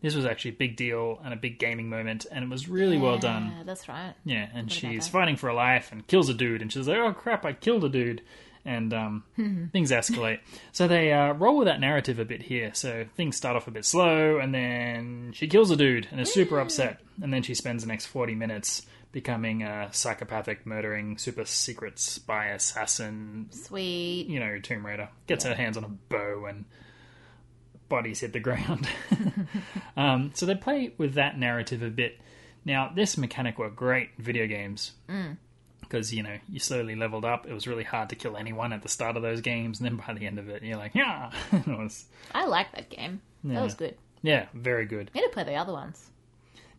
[SPEAKER 8] this was actually a big deal and a big gaming moment, and it was really well done.
[SPEAKER 9] Yeah, that's right.
[SPEAKER 8] Yeah, and she's
[SPEAKER 9] that?
[SPEAKER 8] fighting for her life and kills a dude, and she's like, "Oh crap, I killed a dude," and um, things escalate. so they uh, roll with that narrative a bit here. So things start off a bit slow, and then she kills a dude and is super upset, and then she spends the next forty minutes becoming a psychopathic, murdering, super secret spy assassin.
[SPEAKER 9] Sweet.
[SPEAKER 8] You know, Tomb Raider gets her hands on a bow and bodies hit the ground. um, so they play with that narrative a bit. Now, this mechanic were great in video games because you know you slowly leveled up. It was really hard to kill anyone at the start of those games, and then by the end of it, you're like, yeah, it was,
[SPEAKER 9] I like that game. That was good.
[SPEAKER 8] yeah, very good.
[SPEAKER 9] I'm gonna play the other ones.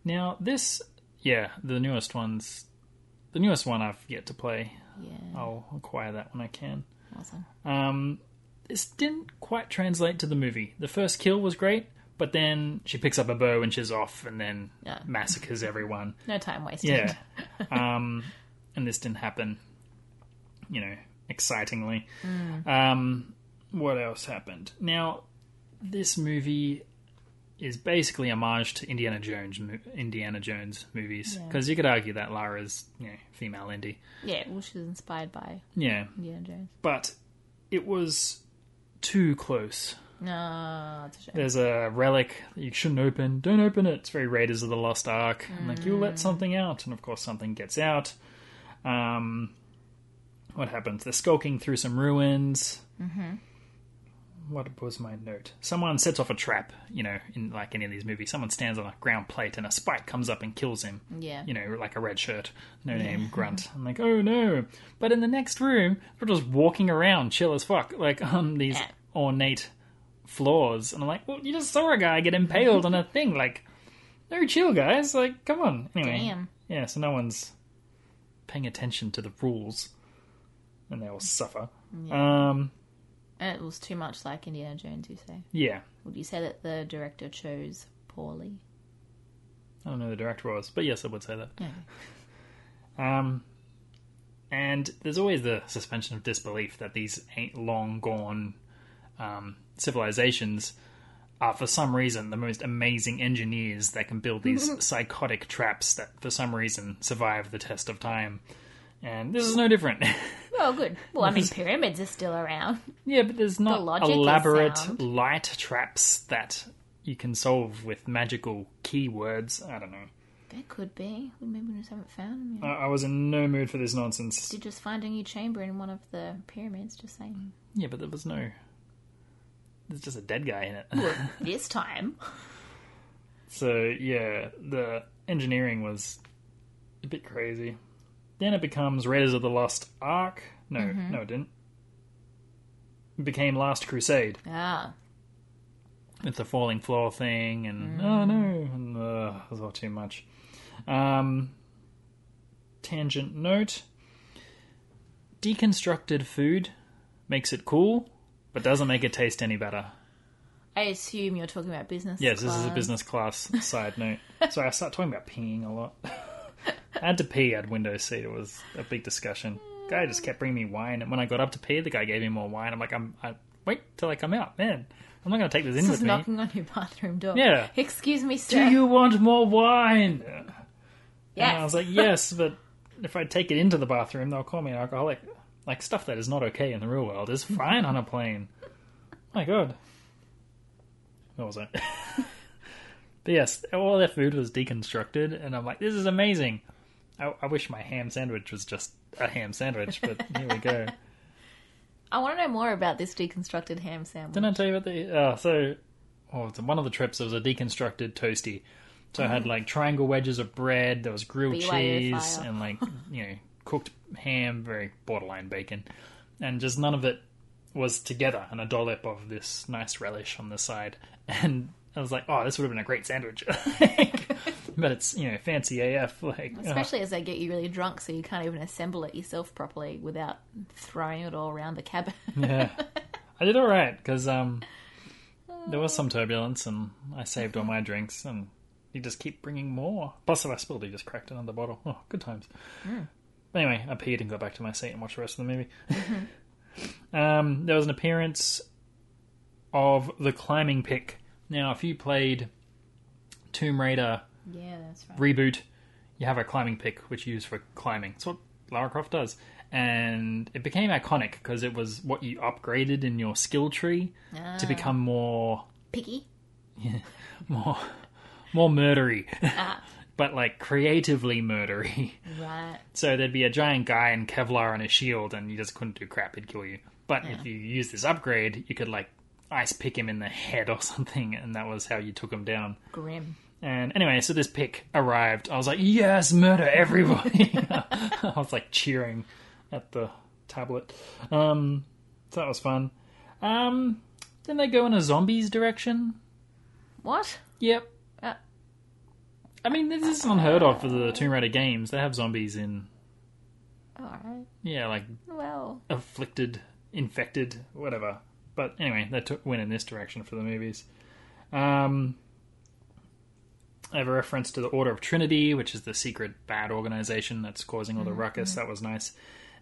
[SPEAKER 8] Now this, yeah, the newest ones, the newest one I've yet to play.
[SPEAKER 9] Yeah.
[SPEAKER 8] I'll acquire that when I can.
[SPEAKER 9] Awesome.
[SPEAKER 8] Um, this didn't quite translate to the movie. The first kill was great, but then she picks up a bow and she's off, and then
[SPEAKER 9] Yeah.
[SPEAKER 8] massacres everyone.
[SPEAKER 9] No time wasted.
[SPEAKER 8] Yeah. um, and this didn't happen, you know, excitingly. Um, what else happened? Now, this movie is basically a homage to Indiana Jones mo- Indiana Jones movies because you could argue that Lara's you know, female Indy.
[SPEAKER 9] Yeah. Well, she was inspired by
[SPEAKER 8] Yeah,
[SPEAKER 9] Indiana Jones.
[SPEAKER 8] but it was too close.
[SPEAKER 9] No, it's a shame.
[SPEAKER 8] There's a relic that you shouldn't open. Don't open it. It's very Raiders of the Lost Ark. And like you let something out, and of course something gets out. Um, what happens? They're skulking through some ruins. Mm-hmm. What was my note? Someone sets off a trap. You know, in like any of these movies, someone stands on a ground plate and a spike comes up and kills him
[SPEAKER 9] Yeah.
[SPEAKER 8] you know, like a red shirt, no name grunt. I'm like, oh no. But in the next room, they're just walking around, chill as fuck, like on these
[SPEAKER 9] Yeah.
[SPEAKER 8] ornate floors. And I'm like, well, you just saw a guy get impaled on a thing. Like, no chill, guys. Like, come on. Anyway,
[SPEAKER 9] Damn.
[SPEAKER 8] yeah. So no one's paying attention to the rules, and they all suffer. Um,
[SPEAKER 9] And it was too much like Indiana Jones. You say?
[SPEAKER 8] yeah.
[SPEAKER 9] Would you say that the director chose poorly?
[SPEAKER 8] I don't know who the director was, but yes, I would say that.
[SPEAKER 9] Yeah.
[SPEAKER 8] Um, and there's always the suspension of disbelief that these ain't long gone um, civilizations are for some reason the most amazing engineers that can build these psychotic traps that for some reason survive the test of time. And this is no different.
[SPEAKER 9] Oh, good. Well, I mean, pyramids are still around.
[SPEAKER 8] yeah, but there's not
[SPEAKER 9] logic is
[SPEAKER 8] elaborate
[SPEAKER 9] sound.
[SPEAKER 8] light traps that you can solve with magical keywords. I don't know.
[SPEAKER 9] There could be. We maybe we just haven't found them yet.
[SPEAKER 8] I, I was in no mood for this nonsense.
[SPEAKER 9] Did just find a new chamber in one of the pyramids. Just saying.
[SPEAKER 8] Yeah, but there was no. There's just a dead guy in it.
[SPEAKER 9] This time,
[SPEAKER 8] So yeah, the engineering was a bit crazy. Then it becomes Raiders of the Lost Ark. No, no, it didn't. It became Last Crusade
[SPEAKER 9] ah,
[SPEAKER 8] with the falling floor thing, and oh no, and, uh, it was all too much. Um, tangent note: deconstructed food makes it cool, but doesn't make it taste any better.
[SPEAKER 9] I assume you're talking about business.
[SPEAKER 8] Yes, this is a
[SPEAKER 9] class.
[SPEAKER 8] business class side note. Sorry, I start talking about peeing a lot. I had to pee at window seat. It was a big discussion. Guy just kept bringing me wine, and when I got up to pee, the guy gave me more wine. I'm like, I'm I, wait till I come out, man. I'm not going to take this in
[SPEAKER 9] This
[SPEAKER 8] with
[SPEAKER 9] is
[SPEAKER 8] me.
[SPEAKER 9] knocking on your bathroom door.
[SPEAKER 8] eh? Yeah.
[SPEAKER 9] Excuse me,
[SPEAKER 8] Do
[SPEAKER 9] sir.
[SPEAKER 8] you want more wine? And I
[SPEAKER 9] Yes.
[SPEAKER 8] was like, yes, but if I take it into the bathroom, they'll call me an alcoholic. Like stuff that is not okay in the real world is fine on a plane. My God, what was I? but yes, all their food was deconstructed, and I'm like, this is amazing. I, I wish my ham sandwich was just a ham sandwich, but here we go.
[SPEAKER 9] I want to know more about this deconstructed ham sandwich.
[SPEAKER 8] Didn't I tell you about the? Uh, so, oh, it's one of the trips it was a deconstructed toasty. So I had like triangle wedges of bread. There was grilled
[SPEAKER 9] BYO
[SPEAKER 8] cheese
[SPEAKER 9] file.
[SPEAKER 8] and like you know cooked ham, very borderline bacon, and just none of it was together. And a dollop of this nice relish on the side, and I was like, oh, this would have been a great sandwich. but it's you know fancy AF. Like uh,
[SPEAKER 9] Especially as they get you really drunk, so you can't even assemble it yourself properly without throwing it all around the cabin.
[SPEAKER 8] yeah, I did all right because um, there was some turbulence, and I saved all my drinks, and you just keep bringing more. Plus, if I spilled, you just cracked another bottle. Oh, good times. Anyway, I peed and got back to my seat and watched the rest of the movie. um, there was an appearance of the climbing pick. Now, if you played Tomb Raider
[SPEAKER 9] yeah, that's right.
[SPEAKER 8] reboot, you have a climbing pick which you use for climbing. It's what Lara Croft does. And it became iconic because it was what you upgraded in your skill tree to become more
[SPEAKER 9] Picky.
[SPEAKER 8] more more murdery. but like creatively murdery.
[SPEAKER 9] Right.
[SPEAKER 8] So there'd be a giant guy in Kevlar and a shield and you just couldn't do crap, it'd kill you. But if you use this upgrade, you could like ice pick him in the head or something and that was how you took him down.
[SPEAKER 9] Grim.
[SPEAKER 8] And anyway, so this pick arrived. I was like, yes, murder everybody. I was like cheering at the tablet. Um, so that was fun. Um, then they go in a zombies direction.
[SPEAKER 9] What?
[SPEAKER 8] Yep.
[SPEAKER 9] Uh.
[SPEAKER 8] I mean, this is unheard of for the Tomb Raider games. They have zombies in,
[SPEAKER 9] Alright.
[SPEAKER 8] yeah, like
[SPEAKER 9] Well,
[SPEAKER 8] afflicted, infected, whatever. But anyway, they took, went in this direction for the movies. Um, I have a reference to the Order of Trinity, which is the secret bad organization that's causing all the ruckus. That was nice.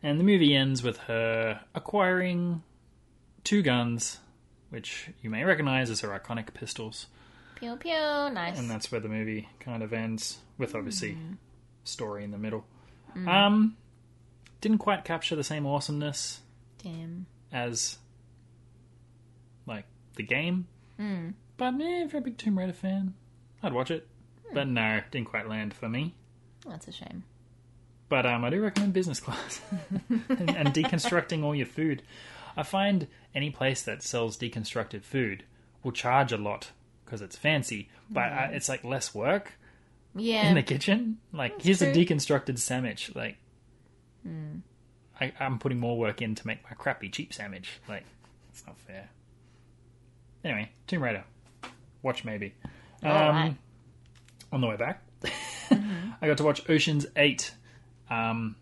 [SPEAKER 8] And the movie ends with her acquiring two guns, which you may recognize as her iconic pistols.
[SPEAKER 9] pew pew. Nice.
[SPEAKER 8] And uh, that's where the movie kind of ends, with obviously story in the middle. Um, didn't quite capture the same awesomeness
[SPEAKER 9] Damn.
[SPEAKER 8] as like the game. But eh, if you're a big Tomb Raider fan, I'd watch it. But no, didn't quite land for me.
[SPEAKER 9] That's a shame.
[SPEAKER 8] But um, I do recommend business class and, and deconstructing all your food. I find any place that sells deconstructed food will charge a lot because it's fancy, but uh, it's like less work
[SPEAKER 9] Yeah.
[SPEAKER 8] in the kitchen. Like here's a
[SPEAKER 9] true. Hmm.
[SPEAKER 8] deconstructed sandwich. Like I, I'm putting more work in to make my crappy cheap sandwich. Like it's not fair. Anyway, Tomb Raider, watch maybe. Um,
[SPEAKER 9] Alright.
[SPEAKER 8] On the way back,
[SPEAKER 9] Mm-hmm.
[SPEAKER 8] I got to watch Ocean's Eight. Um,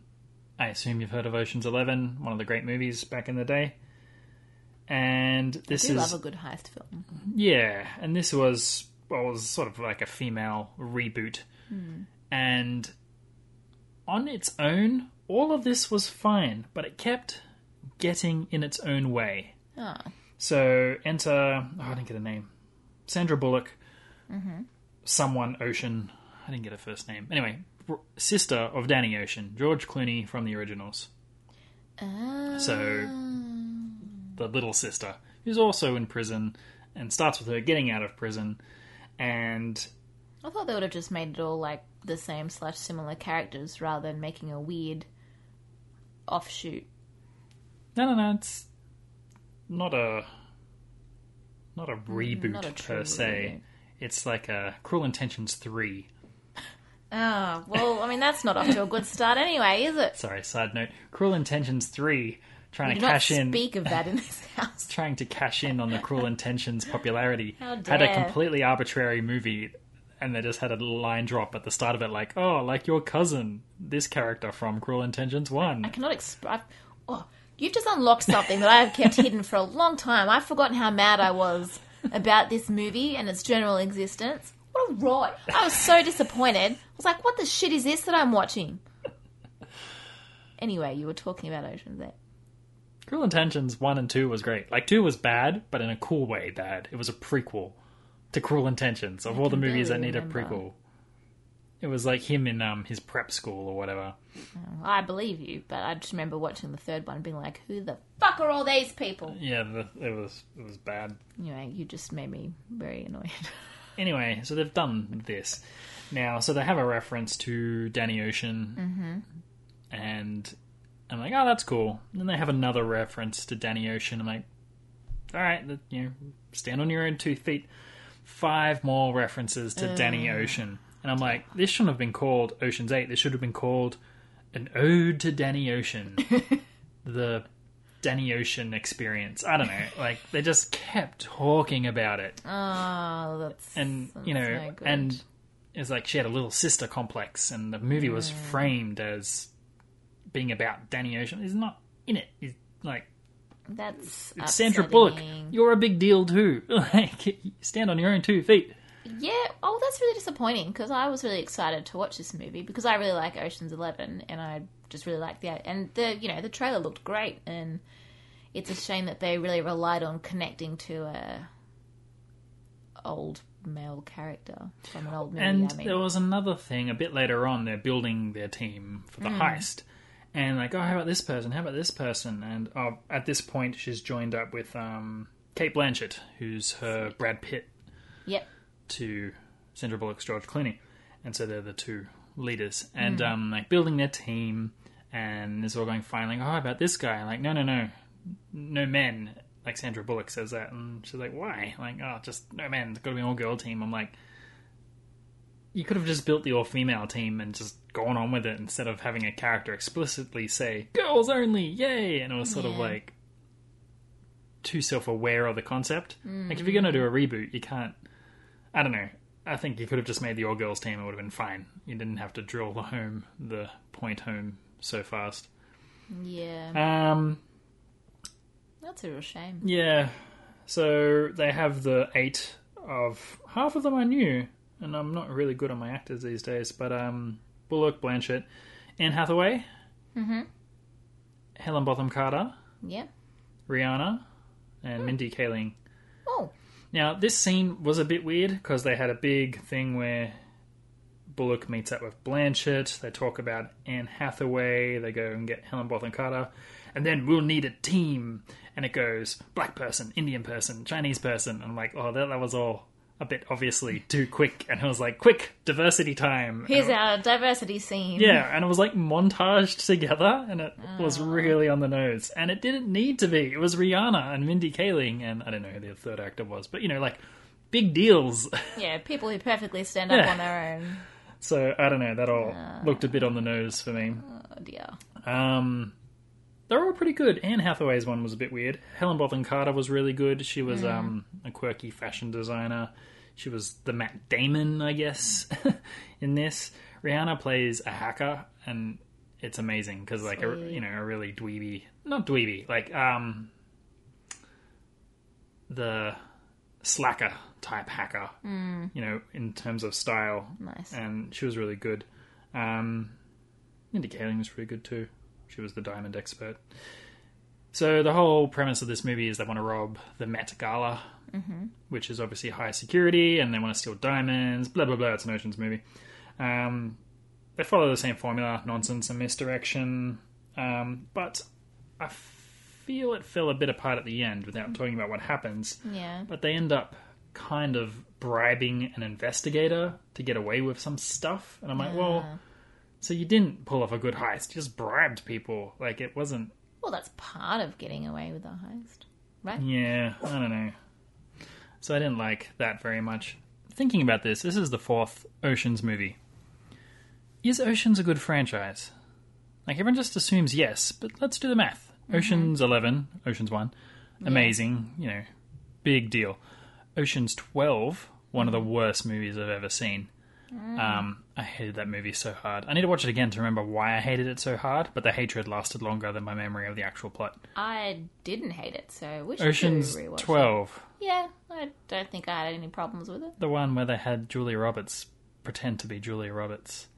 [SPEAKER 8] I assume you've heard of Ocean's Eleven, one of the great movies back in the day. And this
[SPEAKER 9] do
[SPEAKER 8] is
[SPEAKER 9] love a good heist film.
[SPEAKER 8] yeah, and this was well, it was sort of like a female reboot, and on its own, all of this was fine, but it kept getting in its own way.
[SPEAKER 9] Oh.
[SPEAKER 8] So enter, oh, I didn't get a name. Sandra Bullock, someone Ocean. I didn't get her first name. Anyway, r- sister of Danny Ocean, George Clooney from the originals. So, the little sister, who's also in prison, and starts with her getting out of prison, and
[SPEAKER 9] I thought they would have just made it all like the same slash similar characters rather than making a weird offshoot.
[SPEAKER 8] no, no, no, it's not a not a reboot
[SPEAKER 9] Mm, not a true
[SPEAKER 8] per se.
[SPEAKER 9] reboot.
[SPEAKER 8] It's like a Cruel Intentions three.
[SPEAKER 9] Oh, well, I mean, that's not off to a good start anyway, is it?
[SPEAKER 8] Sorry, side note. Cruel Intentions three, trying
[SPEAKER 9] Do
[SPEAKER 8] to
[SPEAKER 9] not
[SPEAKER 8] cash in.
[SPEAKER 9] speak of that in this house.
[SPEAKER 8] trying to cash in on the Cruel Intentions popularity.
[SPEAKER 9] How
[SPEAKER 8] Had a
[SPEAKER 9] dare.
[SPEAKER 8] completely arbitrary movie, and they just had a little line drop at the start of it, like, "Oh, like your cousin, this character from Cruel Intentions one."
[SPEAKER 9] I cannot express. Oh, you've just unlocked something that I have kept hidden for a long time. I've forgotten how mad I was about this movie and its general existence. What a rot! I was so disappointed. I was like, "What the shit is this that I'm watching?" Anyway, you were talking about Ocean's Eight.
[SPEAKER 8] Cruel Intentions one and two was great. Like two was bad, but in a cool way bad. It was a prequel to Cruel Intentions of all the
[SPEAKER 9] can
[SPEAKER 8] movies that
[SPEAKER 9] barely
[SPEAKER 8] need a
[SPEAKER 9] remember.
[SPEAKER 8] prequel. It was like him in um, his prep school or whatever.
[SPEAKER 9] I believe you, but I just remember watching the third one, and being like, "Who the fuck are all these people?"
[SPEAKER 8] Yeah, the, it was it was bad.
[SPEAKER 9] Anyway, you just made me very annoyed.
[SPEAKER 8] anyway, so they've done this now. So they have a reference to Danny Ocean, mm-hmm. and I'm like, oh, that's cool. And then they have another reference to Danny Ocean. I'm like, all right, that- you know, stand on your own two feet. Five more references to Danny Ocean, and I'm like, this shouldn't have been called Ocean's Eight. This should have been called an ode to Danny Ocean. the Danny Ocean experience. I don't know. Like they just kept talking about it
[SPEAKER 9] Oh, that's
[SPEAKER 8] and you
[SPEAKER 9] That's
[SPEAKER 8] know,
[SPEAKER 9] no good.
[SPEAKER 8] and it's like she had a little sister complex, and the movie was framed as being about Danny Ocean. He's not in it. He's like
[SPEAKER 9] that's
[SPEAKER 8] it's Sandra Bullock.
[SPEAKER 9] upsetting.
[SPEAKER 8] You're a big deal too. Like stand on your own two feet.
[SPEAKER 9] Yeah, oh, that's really disappointing because I was really excited to watch this movie because I really like Ocean's Eleven and I just really liked the and the you know the trailer looked great and it's a shame that they really relied on connecting to a old male character from an old movie.
[SPEAKER 8] And
[SPEAKER 9] I mean,
[SPEAKER 8] there was another thing a bit later on. They're building their team for the heist, and like, oh, how about this person? How about this person? And uh, at this point, she's joined up with um, Kate Blanchett, who's her Brad Pitt
[SPEAKER 9] yep,
[SPEAKER 8] to Sandra Bullock's George Clooney, and so they're the two leaders, and um, like building their team, and it's all going fine. Like, oh, about this guy, like, no, no, no, no men. Like Sandra Bullock says that, and she's like, why? Like, oh, just no men. It's got to be an all girl team. I'm like, you could have just built the all female team and just gone on with it instead of having a character explicitly say girls only, yay, and it was sort of
[SPEAKER 9] Yeah.
[SPEAKER 8] like too self aware of the concept. Like, if you're gonna do a reboot, you can't I don't know. I think you could have just made the all girls team. It would have been fine. You didn't have to drill the home the point home so fast.
[SPEAKER 9] yeah,
[SPEAKER 8] Um,
[SPEAKER 9] that's a real shame.
[SPEAKER 8] yeah. So they have the eight of half of them I knew, and I'm not really good on my actors these days. But um, Bullock, Blanchett, Anne Hathaway, mm-hmm. Helen Botham Carter,
[SPEAKER 9] Yeah.
[SPEAKER 8] Rihanna, and Mindy Kaling.
[SPEAKER 9] Oh,
[SPEAKER 8] Now, this scene was a bit weird because they had a big thing where Bullock meets up with Blanchett. They talk about Anne Hathaway. They go and get Helen Botham Carter. And then we'll need a team. And it goes black person, Indian person, Chinese person. And I'm like, oh, that, that was all a bit obviously too quick. And it was like, quick, diversity time.
[SPEAKER 9] here's
[SPEAKER 8] And-
[SPEAKER 9] our diversity scene.
[SPEAKER 8] yeah, and it was like montaged together, and it was really on the nose. And it didn't need to be. It was Rihanna and Mindy Kaling, and I don't know who the third actor was, but you know, like big deals.
[SPEAKER 9] yeah, people who perfectly stand up
[SPEAKER 8] Yeah.
[SPEAKER 9] on their own.
[SPEAKER 8] so I don't know. That all looked a bit on the nose for me.
[SPEAKER 9] Oh dear.
[SPEAKER 8] Um, they're all pretty good. Anne Hathaway's one was a bit weird. Helen Botham Carter was really good. She was um, a quirky fashion designer. She was the Matt Damon, I guess, in this. Rihanna plays a hacker, and it's amazing because, like, a, you know, a really dweeby, not dweeby, like um, the slacker type hacker. You know, in terms of style,
[SPEAKER 9] Nice.
[SPEAKER 8] and she was really good. Um, Mindy Kaling was pretty good too. She was the diamond expert. So the whole premise of this movie is they want to rob the Met Gala, which is obviously high security, and they want to steal diamonds. Blah blah blah. It's an oceans movie. Um, they follow the same formula: nonsense and misdirection. Um, but I feel it fell a bit apart at the end without talking about what happens.
[SPEAKER 9] Yeah.
[SPEAKER 8] But they end up kind of bribing an investigator to get away with some stuff, and I'm like, well, so you didn't pull off a good heist; you just bribed people. Like it wasn't
[SPEAKER 9] Well, that's part of getting away with a heist.
[SPEAKER 8] yeah, I don't know. So I didn't like that very much. Thinking about this, this is the fourth Oceans movie. Is Oceans a good franchise? Like everyone just assumes yes, but let's do the math.
[SPEAKER 9] Mm-hmm.
[SPEAKER 8] Oceans 11, Oceans 1, amazing, you know, big deal. Oceans 12, one of the
[SPEAKER 9] Mm-hmm.
[SPEAKER 8] worst movies I've ever seen.
[SPEAKER 9] Mm.
[SPEAKER 8] Um, I hated that movie so hard. I need to watch it again to remember why I hated it so hard, but the hatred lasted longer than my memory of the actual plot.
[SPEAKER 9] I didn't hate it, so we should
[SPEAKER 8] Oceans
[SPEAKER 9] do rewatch. it.
[SPEAKER 8] 12,
[SPEAKER 9] Yeah, I don't think I had any problems with it.
[SPEAKER 8] The one where they had Julia Roberts pretend to be Julia Roberts.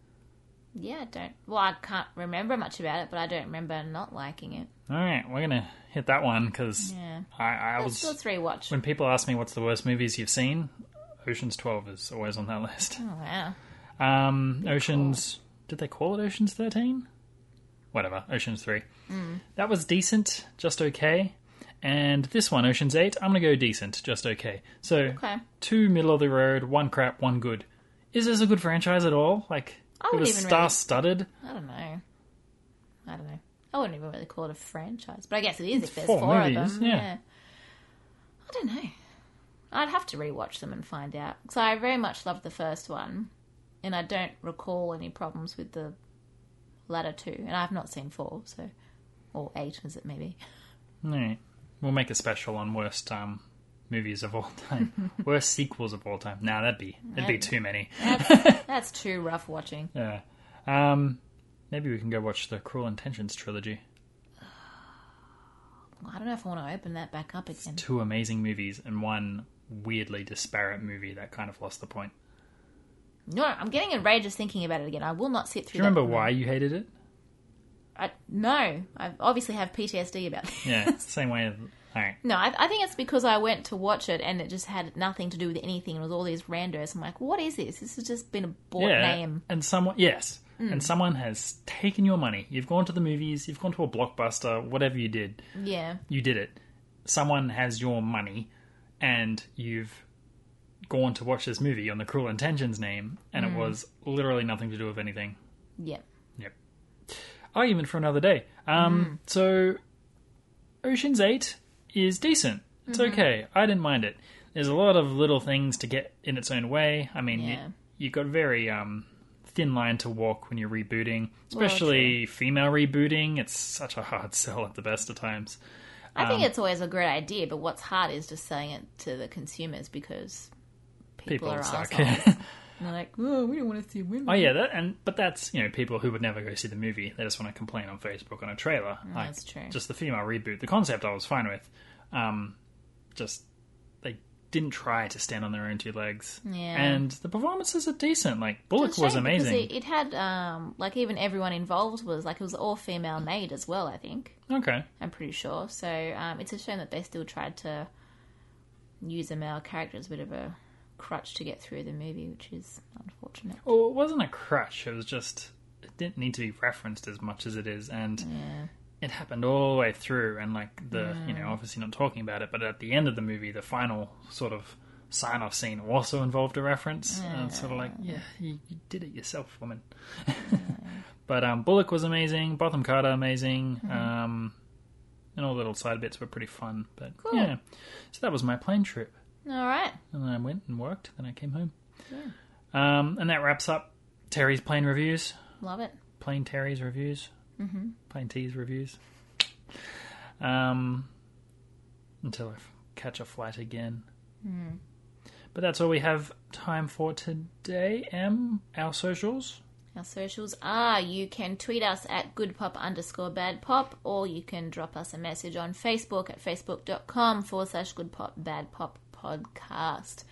[SPEAKER 9] Yeah, I don't. Well, I can't remember much about it, but I don't remember not liking it.
[SPEAKER 8] All right, we're gonna hit that one because
[SPEAKER 9] Yeah.
[SPEAKER 8] I, I
[SPEAKER 9] Let's,
[SPEAKER 8] was
[SPEAKER 9] let's rewatch.
[SPEAKER 8] when people ask me what's the worst movies you've seen, Ocean's Twelve is always on that list.
[SPEAKER 9] Oh, wow.
[SPEAKER 8] Um, Ocean's did they call it Ocean's Thirteen? Whatever, Ocean's Three.
[SPEAKER 9] Hmm.
[SPEAKER 8] That was decent, just okay. And this one, Ocean's Eight, I'm gonna go decent, just okay. So
[SPEAKER 9] Okay.
[SPEAKER 8] two middle of the road, one crap, one good. Is this a good franchise at all? Like
[SPEAKER 9] I
[SPEAKER 8] it
[SPEAKER 9] wouldn't
[SPEAKER 8] was
[SPEAKER 9] even really-
[SPEAKER 8] star-studded.
[SPEAKER 9] I don't know. I don't know. I wouldn't even really call it a franchise, but I guess it is if there's
[SPEAKER 8] four
[SPEAKER 9] four,
[SPEAKER 8] movies,
[SPEAKER 9] of them.
[SPEAKER 8] yeah.
[SPEAKER 9] Yeah. I don't know. I'd have to rewatch them and find out. So I very much loved the first one, and I don't recall any problems with the latter two. And I've not seen four, so or eight as it may be.
[SPEAKER 8] All right. We'll make a special on worst um, movies of all time, worst sequels of all time. Nah, that'd be that'd be too many.
[SPEAKER 9] That's too rough watching.
[SPEAKER 8] Yeah. Um, maybe we can go watch the Cruel Intentions trilogy.
[SPEAKER 9] I don't know if I want to open that back up again.
[SPEAKER 8] Two amazing movies and one weirdly disparate movie that kind of lost the point.
[SPEAKER 9] No, I'm getting outrageous thinking about it again. I will not sit
[SPEAKER 8] Do
[SPEAKER 9] through.
[SPEAKER 8] you remember
[SPEAKER 9] that.
[SPEAKER 8] why you hated it?
[SPEAKER 9] I, no, I obviously have PTSD about this.
[SPEAKER 8] Yeah, same way. All right.
[SPEAKER 9] No, I, I think it's because I went to watch it and it just had nothing to do with anything. It was all these randos. I'm like, what is this? This has just been a bought
[SPEAKER 8] yeah,
[SPEAKER 9] name.
[SPEAKER 8] and someone yes, and someone has taken your money. You've gone to the movies, you've gone to a blockbuster, whatever you did.
[SPEAKER 9] Yeah,
[SPEAKER 8] you did it. Someone has your money, and you've gone to watch this movie on the Cruel Intentions name, and
[SPEAKER 9] Mm.
[SPEAKER 8] it was literally nothing to do with anything.
[SPEAKER 9] yeah.
[SPEAKER 8] Yep. Argument for another day.
[SPEAKER 9] Mm.
[SPEAKER 8] Um, So, Ocean's Eight is decent. It's
[SPEAKER 9] Mm-hmm.
[SPEAKER 8] okay. I didn't mind it. There's a lot of little things to get in its own way. I mean,
[SPEAKER 9] Yeah.
[SPEAKER 8] you, you got very um, thin line to walk when you're rebooting, especially female rebooting. It's such a hard sell at the best of times.
[SPEAKER 9] I
[SPEAKER 8] Um,
[SPEAKER 9] think it's always a great idea, but what's hard is just selling it to the consumers because people,
[SPEAKER 8] People
[SPEAKER 9] are
[SPEAKER 8] suck.
[SPEAKER 9] assholes. and they're like, oh, we don't want to see women.
[SPEAKER 8] Oh yeah, that and but that's you know people who would never go see the movie. They just want to complain on Facebook on a trailer. like,
[SPEAKER 9] Mm, that's true.
[SPEAKER 8] Just the female reboot. The concept I was fine with. Um, just they didn't try to stand on their own two legs.
[SPEAKER 9] Yeah.
[SPEAKER 8] And the performances are decent. Like
[SPEAKER 9] It's
[SPEAKER 8] Bullock
[SPEAKER 9] a
[SPEAKER 8] was
[SPEAKER 9] shame because
[SPEAKER 8] amazing.
[SPEAKER 9] It, it had um, like even everyone involved was like it was all female made as well. I think
[SPEAKER 8] Okay.
[SPEAKER 9] I'm pretty sure. So um, it's a shame that they still tried to use a male character as a bit of a crutch to get through the movie, which is unfortunate.
[SPEAKER 8] Well, it wasn't a crush. It was just it didn't need to be referenced as much as it is, and it happened all the way through. And like the you know obviously not talking about it, but at the end of the movie, the final sort of sign off scene also involved a reference. And it's sort of like yeah, you, you did it yourself, woman. but um, Bullock was amazing. Botham Carter amazing. Um, and all the little side bits were pretty fun. But yeah, so that was my plane trip.
[SPEAKER 9] All right,
[SPEAKER 8] And then I went and worked. Then I came home. Um, and that wraps up Terry's plane reviews.
[SPEAKER 9] love it.
[SPEAKER 8] Plain Terry's reviews. Mm-hmm. Plain T's reviews. Um, until I f- catch a flight again. But that's all we have time for today. M, our socials.
[SPEAKER 9] Our socials are you can tweet us at goodpop underscore bad pop, or you can drop us a message on Facebook at facebook.com forward slash goodpop bad pop podcast.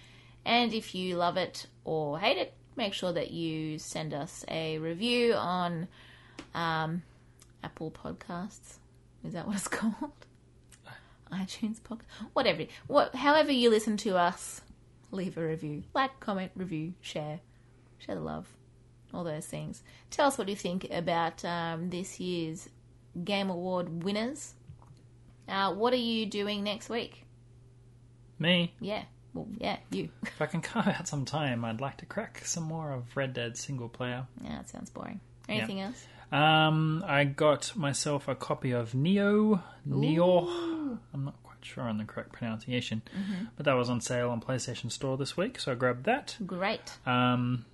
[SPEAKER 9] And if you love it or hate it, make sure that you send us a review on um, Apple Podcasts. Is that what it's called? iTunes Pocket, whatever. it- What, however you listen to us, leave a review, like, comment, review, share, share the love, all those things. Tell us what you think about um, this year's Game Award winners. Uh, what are you doing next week?
[SPEAKER 8] Me,
[SPEAKER 9] Yeah, well, yeah, you.
[SPEAKER 8] if I can carve out some time, I'd like to crack some more of Red Dead single player.
[SPEAKER 9] yeah, that sounds boring. Anything else?
[SPEAKER 8] Um, I got myself a copy of Neo. Neo. I'm not quite sure on the correct pronunciation, but that was on sale on PlayStation Store this week, so I grabbed that.
[SPEAKER 9] Great.
[SPEAKER 8] Um,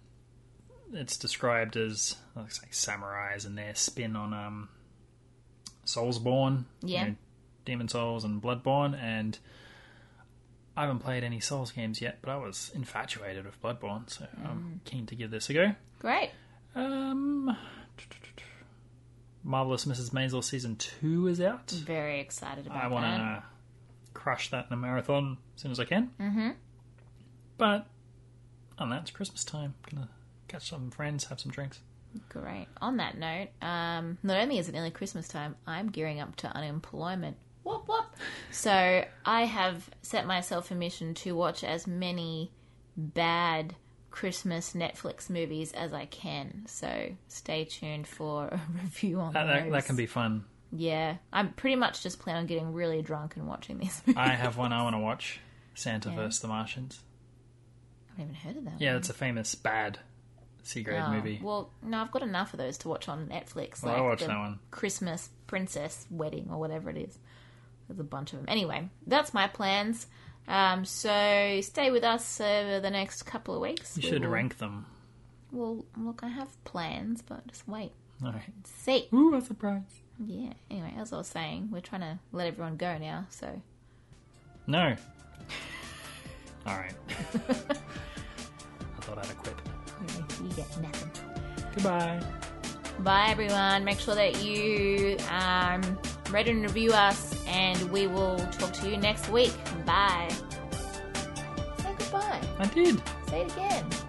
[SPEAKER 8] it's described as looks like samurais and their spin on um, Soulsborne, you
[SPEAKER 9] Yeah.
[SPEAKER 8] know, Demon Souls and Bloodborne, and I haven't played any Souls games yet, but I was infatuated with Bloodborne, so I'm keen to give this a go.
[SPEAKER 9] Great.
[SPEAKER 8] Um, Marvelous Mrs. Maisel season two is out.
[SPEAKER 9] Very excited about
[SPEAKER 8] I want
[SPEAKER 9] that.
[SPEAKER 8] to crush that in a marathon as soon as I can. Mm-hmm. But on that, it's Christmas time. Gonna catch some friends, have some drinks.
[SPEAKER 9] Great. On that note, um, not only is it nearly Christmas time, I'm gearing up to unemployment. Whoop whoop. So I have set myself a mission to watch as many bad Christmas Netflix movies as I can. So stay tuned for a review on
[SPEAKER 8] That, that,
[SPEAKER 9] those.
[SPEAKER 8] that can be fun.
[SPEAKER 9] Yeah, I'm pretty much just plan on getting really drunk and watching these. Movies.
[SPEAKER 8] I have one I want to watch: Santa vs. the Martians.
[SPEAKER 9] I haven't even heard of that.
[SPEAKER 8] Yeah, it's a famous bad C-grade
[SPEAKER 9] Oh,
[SPEAKER 8] movie.
[SPEAKER 9] Well, no, I've got enough of those to watch on Netflix.
[SPEAKER 8] Well, I watched
[SPEAKER 9] the
[SPEAKER 8] that one.
[SPEAKER 9] Christmas Princess Wedding or whatever it is. There's a bunch of them. Anyway, that's my plans. Um, so stay with us over the next couple of weeks.
[SPEAKER 8] you
[SPEAKER 9] We
[SPEAKER 8] should
[SPEAKER 9] will-
[SPEAKER 8] rank them.
[SPEAKER 9] Well, look, I have plans, but just wait,
[SPEAKER 8] All right.
[SPEAKER 9] see.
[SPEAKER 8] Ooh, a surprise!
[SPEAKER 9] Yeah. Anyway, as I was saying, we're trying to let everyone go now. So
[SPEAKER 8] No. All right. I thought I'd quit.
[SPEAKER 9] you, know, you get nothing.
[SPEAKER 8] Goodbye.
[SPEAKER 9] Bye, everyone. Make sure that you um, rate and review us, and we will talk to you next week. Bye. Say goodbye.
[SPEAKER 8] I did.
[SPEAKER 9] Say it again.